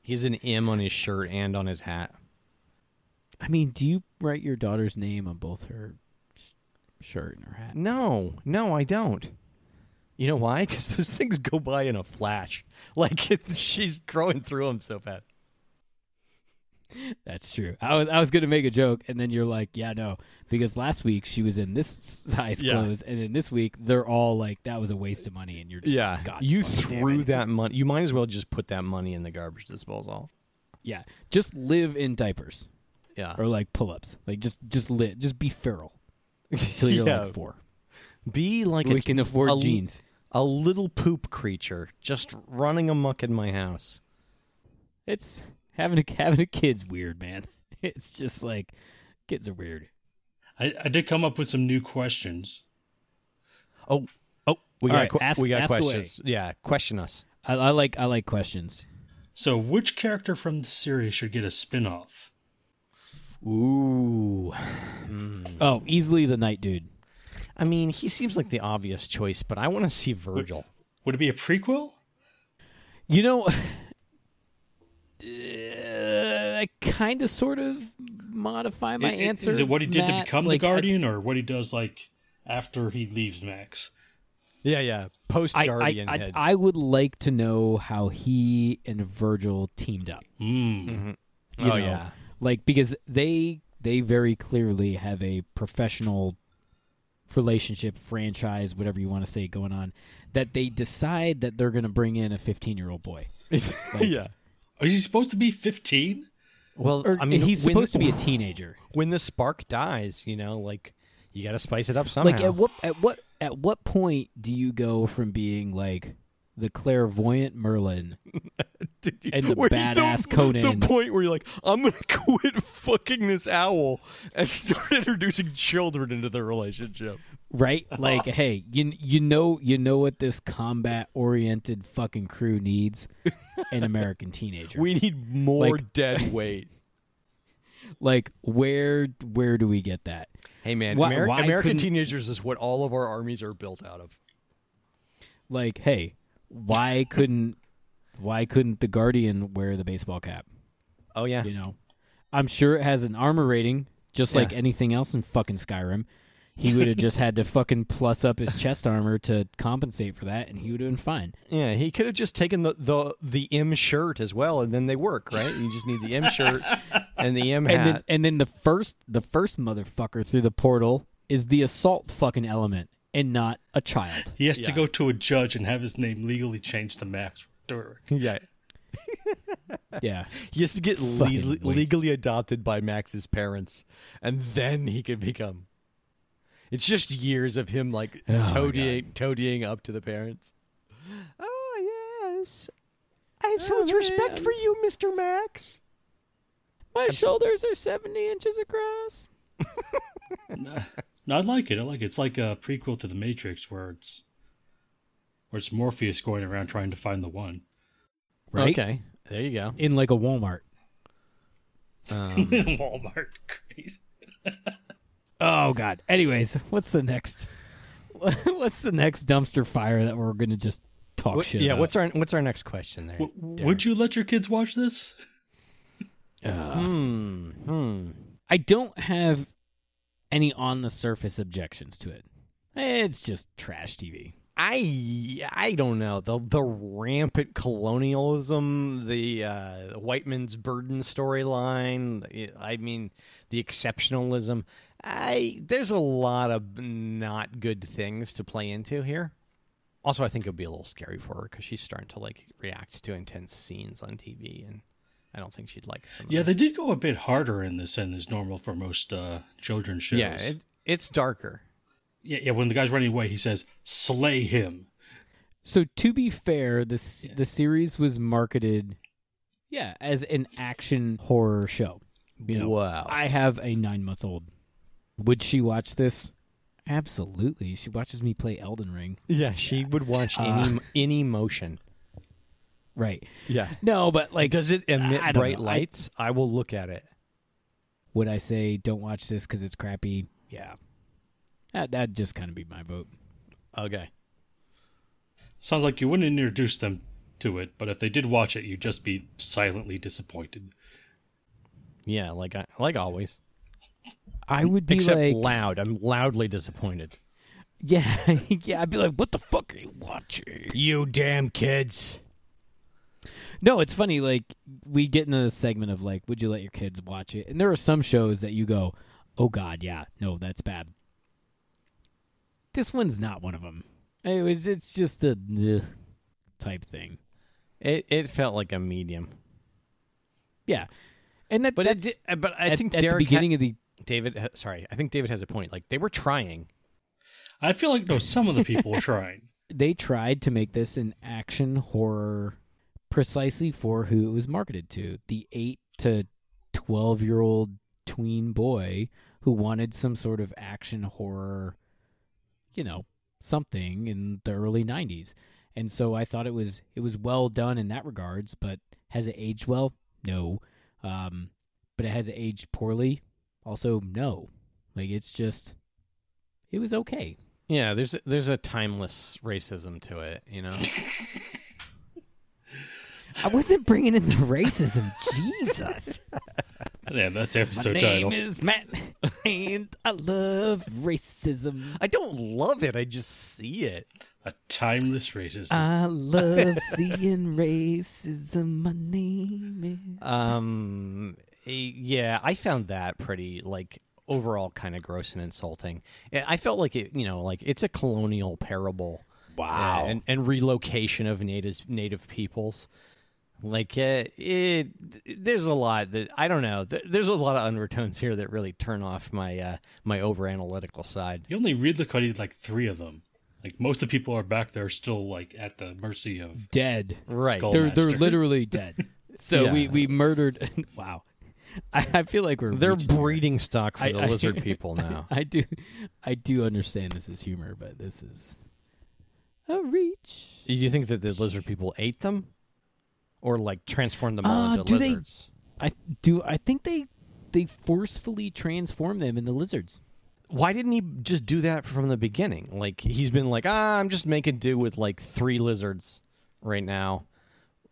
A: he has an M on his shirt and on his hat.
C: I mean, do you write your daughter's name on both her sh- shirt and her hat?
A: No, no, I don't. You know why? <laughs> Because those things go by in a flash. <laughs> Like it, she's growing through them so fast.
C: That's true. I was I was gonna make a joke, and then you're like, yeah, no, because last week she was in this size
A: Yeah.
C: clothes, and then this week they're all like, that was a waste of money, and you're just
A: Yeah,
C: God,
A: you
C: fucking damn
A: threw
C: it."
A: that money. You might as well just put that money in the garbage disposal.
C: Yeah, just live in diapers
A: <laughs>
C: <laughs>
A: Yeah,
C: or like pull-ups, like just just lit, just be feral till you're
A: Yeah.
C: like four.
A: be like
C: we
A: a,
C: can afford
A: a-
C: jeans.
A: a little poop creature just running amuck in my house.
C: It's having a having a kid's weird, man. <laughs> It's just like kids are weird.
B: I, I did come up with some new questions.
A: Oh, oh, we
C: All
A: got
C: right,
A: que-
C: ask-
A: we got
C: ask away.
A: questions. Yeah, question us.
C: I, I like I like questions.
B: So, which character from the series should get a spin off?
A: Ooh,
C: Oh, easily the night dude.
A: I mean, he seems like the obvious choice, but I want to see Virgil.
B: Would it be a prequel?
C: You know, <sighs> uh, I kind of sort of modify my
B: I- i-
C: answer.
B: Is it what he did to
C: Matt.
B: become
C: Like,
B: the
C: I-
B: Guardian, or what he does like after he leaves Max?
D: Yeah, yeah. Post
C: I, I,
D: Guardian
C: I,
D: head.
C: I would like to know how he and Virgil teamed up.
B: Mm.
C: you
A: Oh, <laughs>
C: know?
A: yeah.
C: like because they they very clearly have a professional relationship franchise whatever you want to say going on that they decide that they're going to bring in a 15 year
A: <laughs>
C: old boy
D: yeah.
B: Is he supposed to be fifteen?
A: Well,
C: or
A: I mean,
C: he's
A: when-
C: supposed to be a teenager
A: <laughs> when the spark dies, you know, like you got to spice it up somehow.
C: like at what at what at what point do you go from being like the clairvoyant merlin
D: Dude,
A: <laughs>
C: And the
D: where you-
C: badass
D: the,
C: Conan.
D: The point where you're like, I'm gonna quit fucking this owl
A: <laughs>
D: and start introducing children into the relationship.
C: right like hey you you know you know what this combat oriented fucking crew needs an american teenager
D: We need more
A: <laughs>
C: Like-
D: dead weight.
C: like where where do we get that
A: hey man,
C: why-
A: Ameri-
C: why
A: American
C: couldn't-
A: teenagers is what all of our armies are built out of.
C: like hey why couldn't why couldn't the guardian wear the baseball cap
A: Oh yeah,
C: you know i'm sure it has an armor rating just like
A: Yeah.
C: anything else in fucking skyrim he
A: <laughs>
C: would have just had to fucking plus up his chest armor to compensate for that and he would have been fine
A: yeah. He could have just taken the the the M shirt as well, and then they work, right? You just need the M <laughs> shirt and the M hat.
C: and then
A: <laughs>
C: and then the first the first motherfucker through the portal is the assault fucking element and not
A: <laughs>
C: a child
B: He has to
A: Yeah.
B: go to a judge and have his name legally changed to Max Durick.
D: yeah.
C: yeah
D: He has to get
C: Fucking
D: le-
C: waste.
D: legally adopted by Max's parents, and then he can become. It's just years of him like
C: Oh, my
D: toadying, toadying up to the parents. Oh yes, I have so
C: much respect for
D: you, Mister Max.
C: my shoulders are 70 inches across
B: No, I like it. I like it. It's like a prequel to The Matrix, where it's where it's Morpheus going around trying to find the one.
C: right
A: Okay, there you
C: <laughs>
A: go.
C: in like a walmart
A: Um,
B: <laughs> Walmart, great.
C: Oh God. Anyways, what's the next? <laughs> What's the next dumpster fire that we're gonna just talk
A: what-
C: shit?
A: yeah,
C: about?
A: what's our what's our next question there?
B: W- would you let your kids watch this?
C: Uh,
A: Hmm. Hmm.
C: I don't have any on the surface objections to it. It's just trash TV.
A: I I don't know the the rampant colonialism, the uh, the white man's burden storyline. the- I mean, the exceptionalism. I there's a lot of not good things to play into here. Also, I think it'd be a little scary for her because she's starting to like react to intense scenes on TV, and I don't think she'd like. Some of
B: Yeah,
A: that.
B: they did go a bit harder in this than is normal for most uh, children's shows.
A: yeah, it, it's darker.
B: yeah, yeah. When the guy's running away, he says, "Slay him."
C: So to be fair, this
B: Yeah.
C: the series was marketed, yeah, as an action horror show. You know,
A: Wow.
C: I have a nine month old. Would she watch this? Absolutely. She watches me play Elden Ring.
A: Yeah, she would watch any any motion.
C: Right.
D: Yeah.
C: No, but like
A: Does it emit
C: I don't
A: bright
C: know. I-
A: lights? I will look at it.
C: would I say don't watch this because it's crappy? Yeah. That that'd just kind of be my vote.
A: Okay.
B: Sounds like you wouldn't introduce them to it, but if they did watch it, you'd just be silently disappointed.
A: Yeah, like I, like always.
C: I would be
A: Except
C: like,
A: loud. I'm loudly disappointed.
C: yeah, <laughs> yeah. I'd be like, what the fuck are you watching?
A: You damn kids.
C: No, it's funny. Like we get into this segment of like, would you let your kids watch it? And there are some shows that you go, oh god, yeah, no, that's bad. This one's not one of them. It was. It's just the bleh type thing.
A: It it felt like a medium.
C: Yeah, and that.
A: But it
C: that's,
A: di- uh, but I
C: at,
A: think
C: at the
A: Derek
C: beginning
A: ha-
C: of the
A: David ha- sorry, I think David has a point. Like they were trying.
B: I feel like no, some of the people
C: <laughs>
B: were trying.
C: they tried to make this an action horror precisely for who it was marketed to the 8 to 12 year old tween boy who wanted some sort of action horror you know something in the early 90s and so i thought it was it was well done in that regards but has it aged well no um but it has it aged poorly also no like it's just it was okay
A: Yeah, there's there's a timeless racism to it, you know.
C: I wasn't bringing in the racism. Jesus.
B: Yeah, that's the
C: My
B: episode
C: name
B: title.
C: is Matt, and I love racism.
A: <laughs> I don't love it. I just see it.
B: a timeless racism.
C: <laughs> I love seeing racism. My name is.
A: Um, eh, yeah, I found that pretty like overall kind of gross and insulting. Eh, I felt like it, you know, like it's a colonial parable.
C: Wow.
A: eh, and and relocation of native native peoples. Like eh, it, there's a lot that I don't know. Th- There's a lot of undertones here that really turn off my uh, my over analytical side.
B: you only read the cutty like three of them. Like most of the people are back there still like at the mercy of
C: Dead.
A: Right.
B: Skull.
C: They're, they're
B: Master.
C: literally dead. So
A: Yeah.
C: we, we murdered. <laughs> Wow. I, I feel like we're.
A: They're
C: reaching here.
A: breeding stock for
C: I-
A: the <laughs>
C: I-
A: lizard people now.
C: <laughs> I do, I do understand this is humor, but this is a reach.
A: Do you think that the lizard people ate them, or like transformed them all
C: Uh,
A: into
C: do they-
A: lizards?
C: I do. I think they they forcefully transform them into lizards.
A: Why didn't he just do that from the beginning? Like he's been like, ah, I'm just making do with like three lizards right now,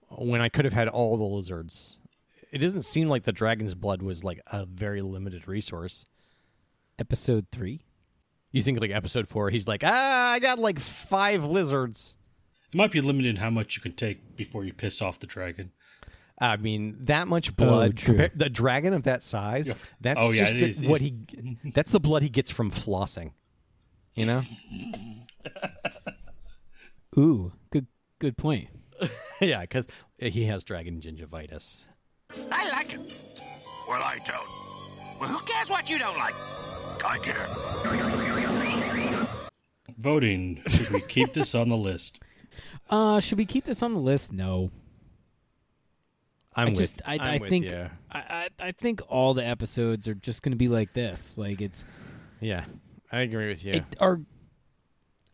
A: when I could have had all the lizards. It doesn't seem like the dragon's blood was like a very limited resource.
C: Episode three.
A: You think like episode four, he's like, ah, I got like five lizards.
B: It might be limited in how much you can take before you piss off the dragon.
A: I mean, that much blood.
C: true.
A: compa- the dragon of that size.
B: Yeah.
A: That's
B: Oh, yeah,
A: just
B: it
A: the-
B: is- it
A: what
B: is.
A: he. That's the blood he gets from flossing. You
B: <laughs>
A: know.
C: Ooh, good good point.
A: yeah, because he has dragon gingivitis.
E: I like it. Well, I don't. Well, who cares what you don't like? I care.
B: Voting. Should we keep this on the list? <laughs>
C: Uh, should we keep this on the list? No,
A: I'm
C: I just
A: with.
C: I,
A: I'm
C: I
A: with
C: think
A: you.
C: I, I I think all the episodes are just going to be like this. Like it's
A: Yeah, I agree with you.
C: it are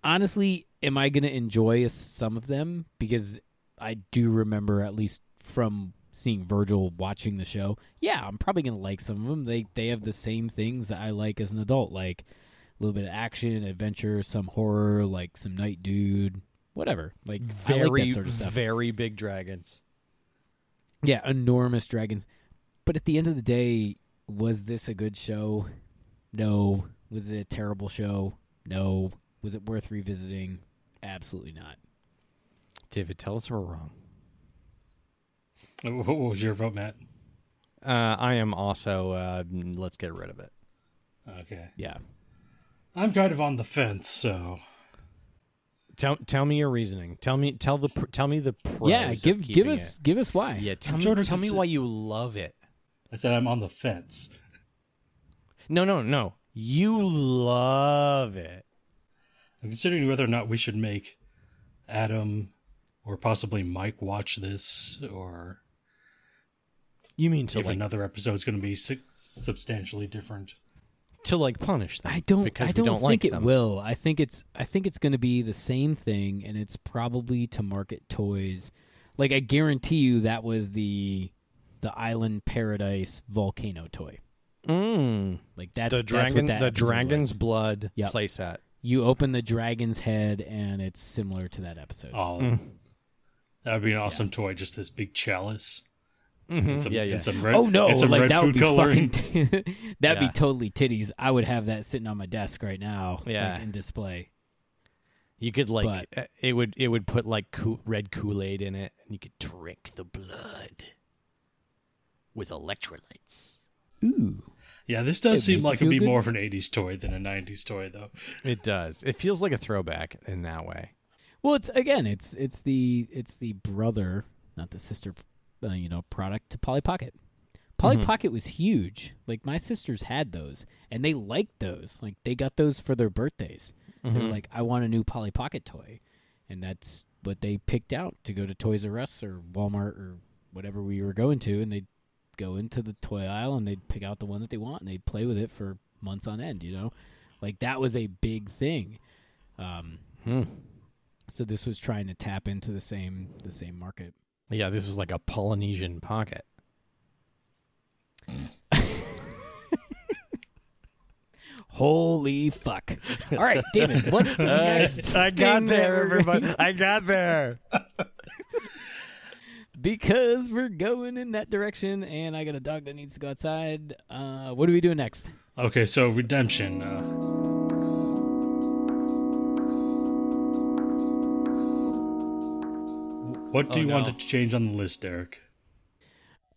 C: honestly, am I going to enjoy some of them because I do remember at least from seeing Virgil watching the show. Yeah, I'm probably going to like some of them. They they have the same things that I like as an adult, like a little bit of action, adventure, some horror, like some night dude, whatever. Like I like
A: very,
C: that sort of stuff.
A: very big dragons.
C: Yeah, enormous dragons. But at the end of the day, was this a good show? No. Was it a terrible show? No. Was it worth revisiting? Absolutely not.
A: David, tell us if we're wrong.
B: Uh, What what was your vote, Matt?
A: Uh, I am also. Uh, mm, let's get rid of it.
B: Okay.
C: Yeah.
B: I'm kind of on the fence, so
A: Tell tell me your reasoning. Tell me tell the pr- tell me the pros
C: yeah,
A: of
C: give give
A: keeping
C: us
A: it.
C: give us why.
A: Yeah, tell
B: I'm
A: me,
B: sort of
A: tell me
B: consi-
A: why you love it.
B: I said I'm on the fence.
A: No, no, no. You love it.
B: I'm considering whether or not we should make Adam or possibly Mike watch this, or
A: You mean to
B: if
A: like
B: another episode's going to be su- substantially different.
A: to like punish them?
C: I don't
A: because
C: I don't,
A: we don't like
C: think it
A: them.
C: will. I think it's I think it's going to be the same thing and it's probably to market toys. Like I guarantee you that was the the Island Paradise volcano toy.
A: Mm.
C: Like that's
A: The
C: that's
A: dragon,
C: what that
A: the
C: episode
A: dragon's
C: was.
A: blood
C: Yep.
A: playset.
C: You open the dragon's head, and it's similar to that episode.
B: Oh,
A: Mm.
B: that would be an awesome toy. Just this big chalice. And some,
A: Mm-hmm. Yeah, yeah.
B: And some red,
C: oh no!
B: And some
C: like
B: red
C: that
B: food
C: would be <laughs>
B: coloring.
C: fucking. that'd
A: Yeah.
C: be totally titties. I would have that sitting on my desk right now. like,
A: Yeah.
C: in display.
A: You could like uh, it would it would put like Kool- red Kool Aid in it, and you could drink the blood with electrolytes.
C: Ooh.
B: Yeah, this does
C: It'd
B: seem
C: make
B: like
C: you
B: it'd be
C: feel
B: more of an '80s toy than a '90s toy, though.
A: It does. It feels like a throwback in that way.
C: Well, it's again, it's it's the it's the brother, not the sister, uh, you know, product to Polly Pocket. Polly Pocket was huge. Like my sisters had those, and they liked those. Like they got those for their birthdays. They're like, I want a new Polly Pocket toy, and that's what they picked out to go to Toys R Us or Walmart or whatever we were going to, and they'd go into the toy aisle and they'd pick out the one that they want and they'd play with it for months on end. You know, like that was a big thing. Um, so this was trying to tap into the same the same market.
A: Yeah, this is like a Polynesian pocket.
C: Holy fuck! All right, David, what's <laughs>
A: <laughs>
C: the next? thing that we're-
A: I got there.
C: <laughs> because we're going in that direction, and I got a dog that needs to go outside. Uh, what are we doing next?
B: Okay, so redemption. Uh, what do
A: Oh,
B: you
A: no.
B: want to change on the list, Derek?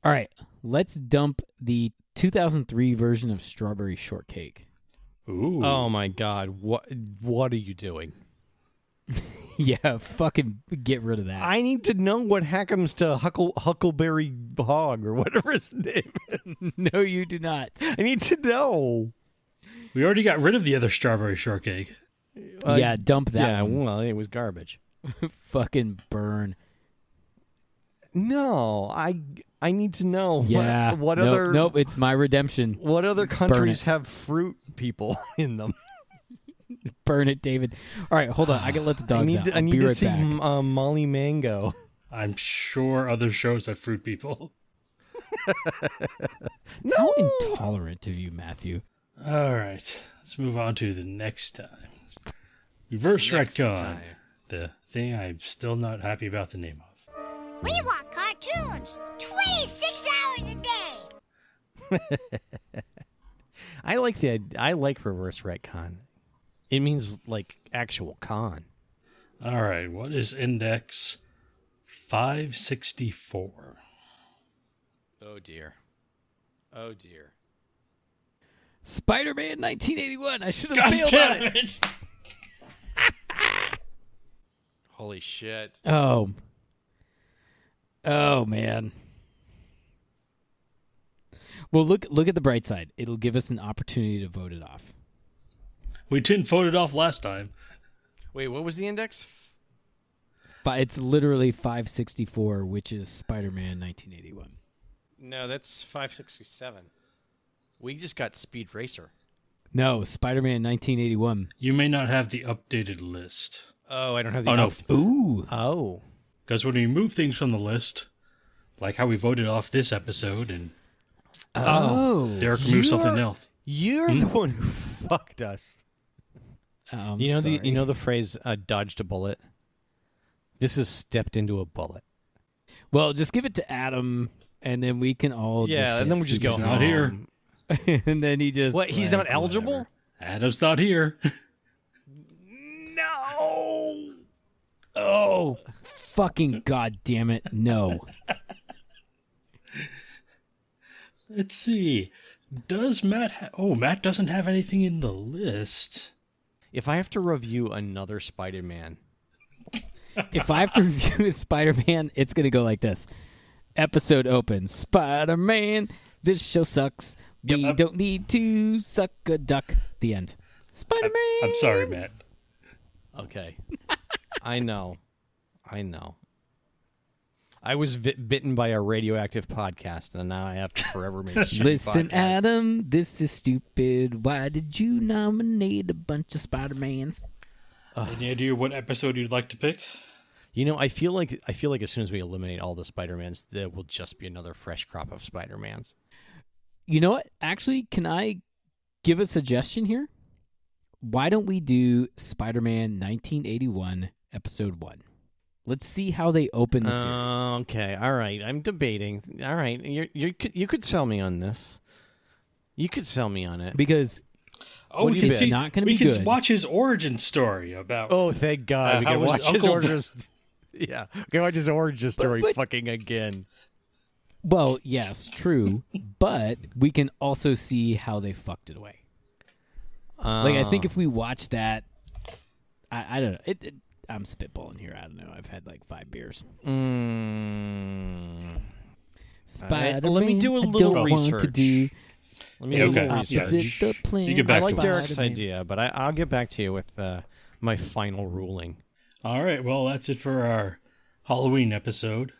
C: All right, let's dump the 2003 version of Strawberry Shortcake.
B: Ooh,
A: <laughs> Oh my god, what what are you doing?
C: <laughs> yeah, fucking get rid of that.
A: I need to know what hackums to Huckle Huckleberry Hog or whatever his <laughs> name is.
C: no, you do not.
A: I need to know.
B: we already got rid of the other strawberry shortcake.
A: Uh,
C: yeah, dump that.
A: yeah,
C: one.
A: well, it was garbage.
C: fucking burn.
A: No, I I need to know what-
C: Yeah.
A: what,
C: Nope,
A: other
C: Nope, it's my redemption.
A: what other
C: it.
A: countries have fruit people <laughs> in them.
C: Burn it, David. All right, hold on. I gotta let the
A: <sighs>
C: dogs
A: I need
C: out.
A: to, I
C: I'll
A: need
C: be
A: to
C: right
A: see
C: back.
A: m- uh, Molly Mango.
B: I'm sure other shows have fruit people. <laughs>
C: How intolerant of you, Matthew.
B: All right, let's move on to the next time. Reverse retcon. The thing I'm still not happy about the name of.
F: We want cartoons 26 hours a day.
A: <laughs> I like the I like reverse retcon. It means like actual con.
B: All right, what is index 564?
A: Oh dear. Oh dear.
C: Spider Man 1981. I should have
B: God
C: bailed on
B: damn
C: it.
B: it!
A: Holy shit.
C: Oh. Oh, man. Well, look look at the bright side. It'll give us an opportunity to vote it off.
B: We didn't vote it off last time.
A: Wait, what was the index?
C: But it's literally 564, which is Spider Man 1981.
A: No, that's 567. We just got Speed Racer.
C: No, Spider Man 1981.
B: You may not have the updated list.
A: Oh, I don't have the
B: Oh, no.
A: outf-
C: Oooo.
A: Oh.
B: Because when we move things from the list, like how we voted off this episode and
C: Oh.
B: Derek moved something
A: You're-
B: else.
A: You're the one who fucked us.
C: Um,
A: You know the
C: sorry.
A: you know the phrase uh, dodged a bullet. This is stepped into a bullet.
C: Well, just give it to Adam, and then we can all just get
B: go
C: super
B: not home. here.
C: drunk. <laughs> and then he just
A: Um, What? He's
C: like,
A: not eligible?
C: whatever.
B: Adam's not here.
A: No.
C: Oh, fucking god damn it! No,
B: Let's see. Does Matt? Ha- oh, Matt doesn't have anything in the list.
A: If I have to review another Spider-Man,
C: if I have to <laughs> review Spider-Man, it's gonna go like this: episode opens. Spider-Man, this show sucks. we
B: I'm-
C: don't need to suck a duck. The end. Spider-Man.
B: I'm sorry, Matt.
C: <laughs>
A: okay. I know. I know. I was vi- bitten by a radioactive podcast, and now I have to forever make shitty
C: <laughs> Listen,
A: podcasts.
C: Adam, this is stupid. Why did you nominate a bunch of Spider-Mans?
B: Any idea what episode you'd like to pick?
A: You know, I feel like I feel like as soon as we eliminate all the Spider-Mans, there will just be another fresh crop of Spider-Mans.
C: You know what? Actually, can I give a suggestion here? Why don't we do Spider Man 1981, Episode 1? Let's see how they open the series.
A: Uh, okay, all right. I'm debating. All right, you you could you could sell me on this. You could sell me on it.
C: Because
B: Oh,
C: What
B: we
C: do
B: can
C: you bet?
B: see.
C: Not gonna
B: we
C: be
B: can
C: good.
B: watch his origin story about.
D: Oh, thank God.
B: Uh,
D: we
B: how
D: can
B: was
D: watch his
B: Uncle-
D: origins.
A: <laughs>
D: yeah, we can watch his origin story
C: but-
D: fucking again.
C: Well, yes,
A: <laughs>
C: true, but we can also see how they fucked it away. Like I
A: Uh.
C: think if we watch that, I, I don't know. It, it, I'm spitballing here. I don't know. I've had like five beers.
A: Mm,
C: Spider-Man,
A: let me do a
C: I
A: little
C: don't Want to
A: research.
C: do
A: let me
B: Yeah,
A: do
B: okay.
A: a little
B: Yeah.
A: research.
C: opposite the plan.
B: You get back
A: I like
B: to us.
A: Derek's idea, but I, I'll get back to you with uh, my final ruling.
B: All right, well that's it for our Halloween episode.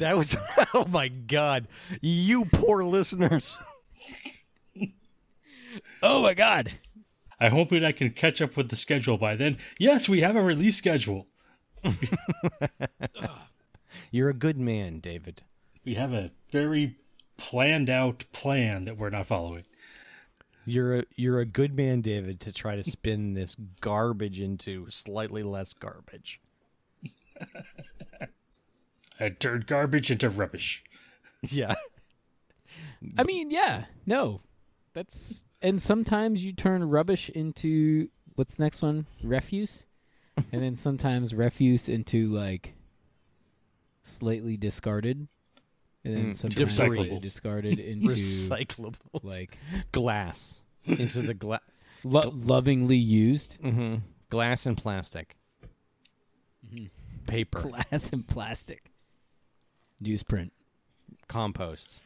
D: That was oh my god, you poor listeners.
C: Oh my god!
B: I hope that I can catch up with the schedule by then. Yes, we have a release schedule.
A: <laughs> You're a good man, David.
B: We have a very planned out plan that we're not following.
A: You're a, you're a good man, David, to try to spin this garbage into slightly less garbage.
B: I turned garbage into rubbish.
A: <laughs> Yeah.
C: I mean, yeah, no, that's and sometimes you turn rubbish into what's the next one refuse, and then sometimes refuse into like slightly discarded, and then sometimes
B: debris.
C: slightly discarded into
A: Recyclable
C: like
A: glass into the glass.
C: lo- lovingly used
A: hmm Glass and plastic.
B: Mm-hmm.
A: Paper.
C: glass and plastic newsprint.
A: compost.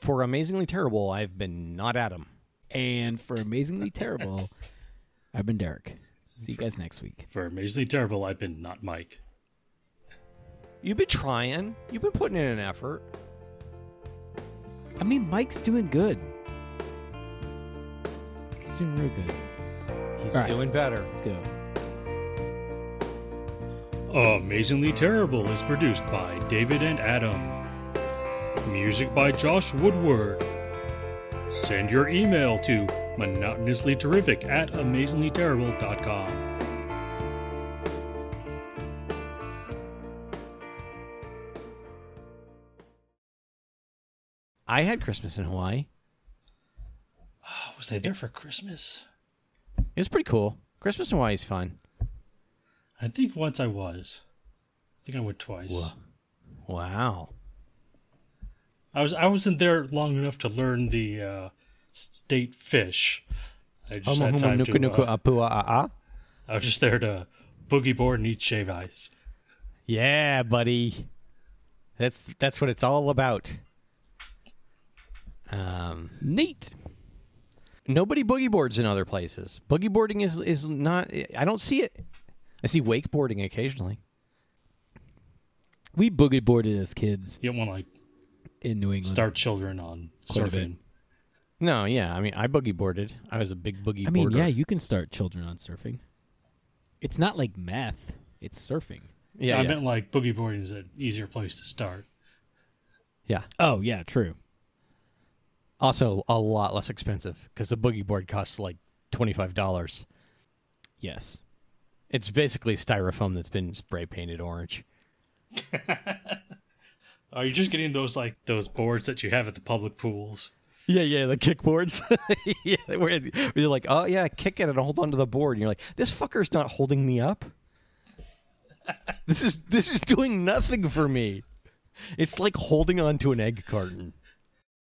A: For amazingly terrible, I've been not Adam.
C: And for amazingly terrible, I've been Derek. See you guys next week.
B: For amazingly terrible, I've been not Mike.
A: You've been trying. You've been putting in an effort.
C: I mean, Mike's doing good. He's doing real good.
A: He's
C: All right.
A: doing better.
C: Let's go.
B: Amazingly Terrible is produced by David and Adam. Music by Josh Woodward. Send your email to monotonouslyterrific at amazinglyterrible.com.
A: I had Christmas in Hawaii.
B: Was I there for Christmas?
A: It was pretty cool. Christmas in Hawaii is fun.
B: I think once I was. I think I went twice.
A: Wow.
B: I was I wasn't there long enough to learn the uh, state fish. I just had time to, uh, I was just there to boogie board and eat shave ice.
A: Yeah, buddy. That's that's what it's all about. Um,
C: Neat.
A: nobody boogie boards in other places. Boogie boarding is is not. I don't see it. I see wakeboarding occasionally.
C: We boogie boarded as kids
B: You don't want to like
C: in New England.
B: start children on
C: Quite a bit.
B: surfing.
A: No, yeah. I mean, I boogie boarded. I was a big boogie.
C: I mean,
A: boarder.
C: yeah, you can start children on surfing. It's not like meth. It's surfing.
A: yeah,
B: I
A: yeah.
B: meant like boogie boarding is an easier place to start.
A: yeah.
C: Oh yeah, true.
A: Also, a lot less expensive because the boogie board costs like twenty five dollars.
C: Yes.
A: It's basically styrofoam that's been spray painted orange.
B: Are you just getting those like those boards that you have at the public pools?
A: Yeah, yeah, the kickboards. <laughs> yeah, where where you're like, oh yeah, kick it and hold onto the board. And you're like, this fucker's not holding me up. This is this is doing nothing for me. It's like holding onto an egg carton.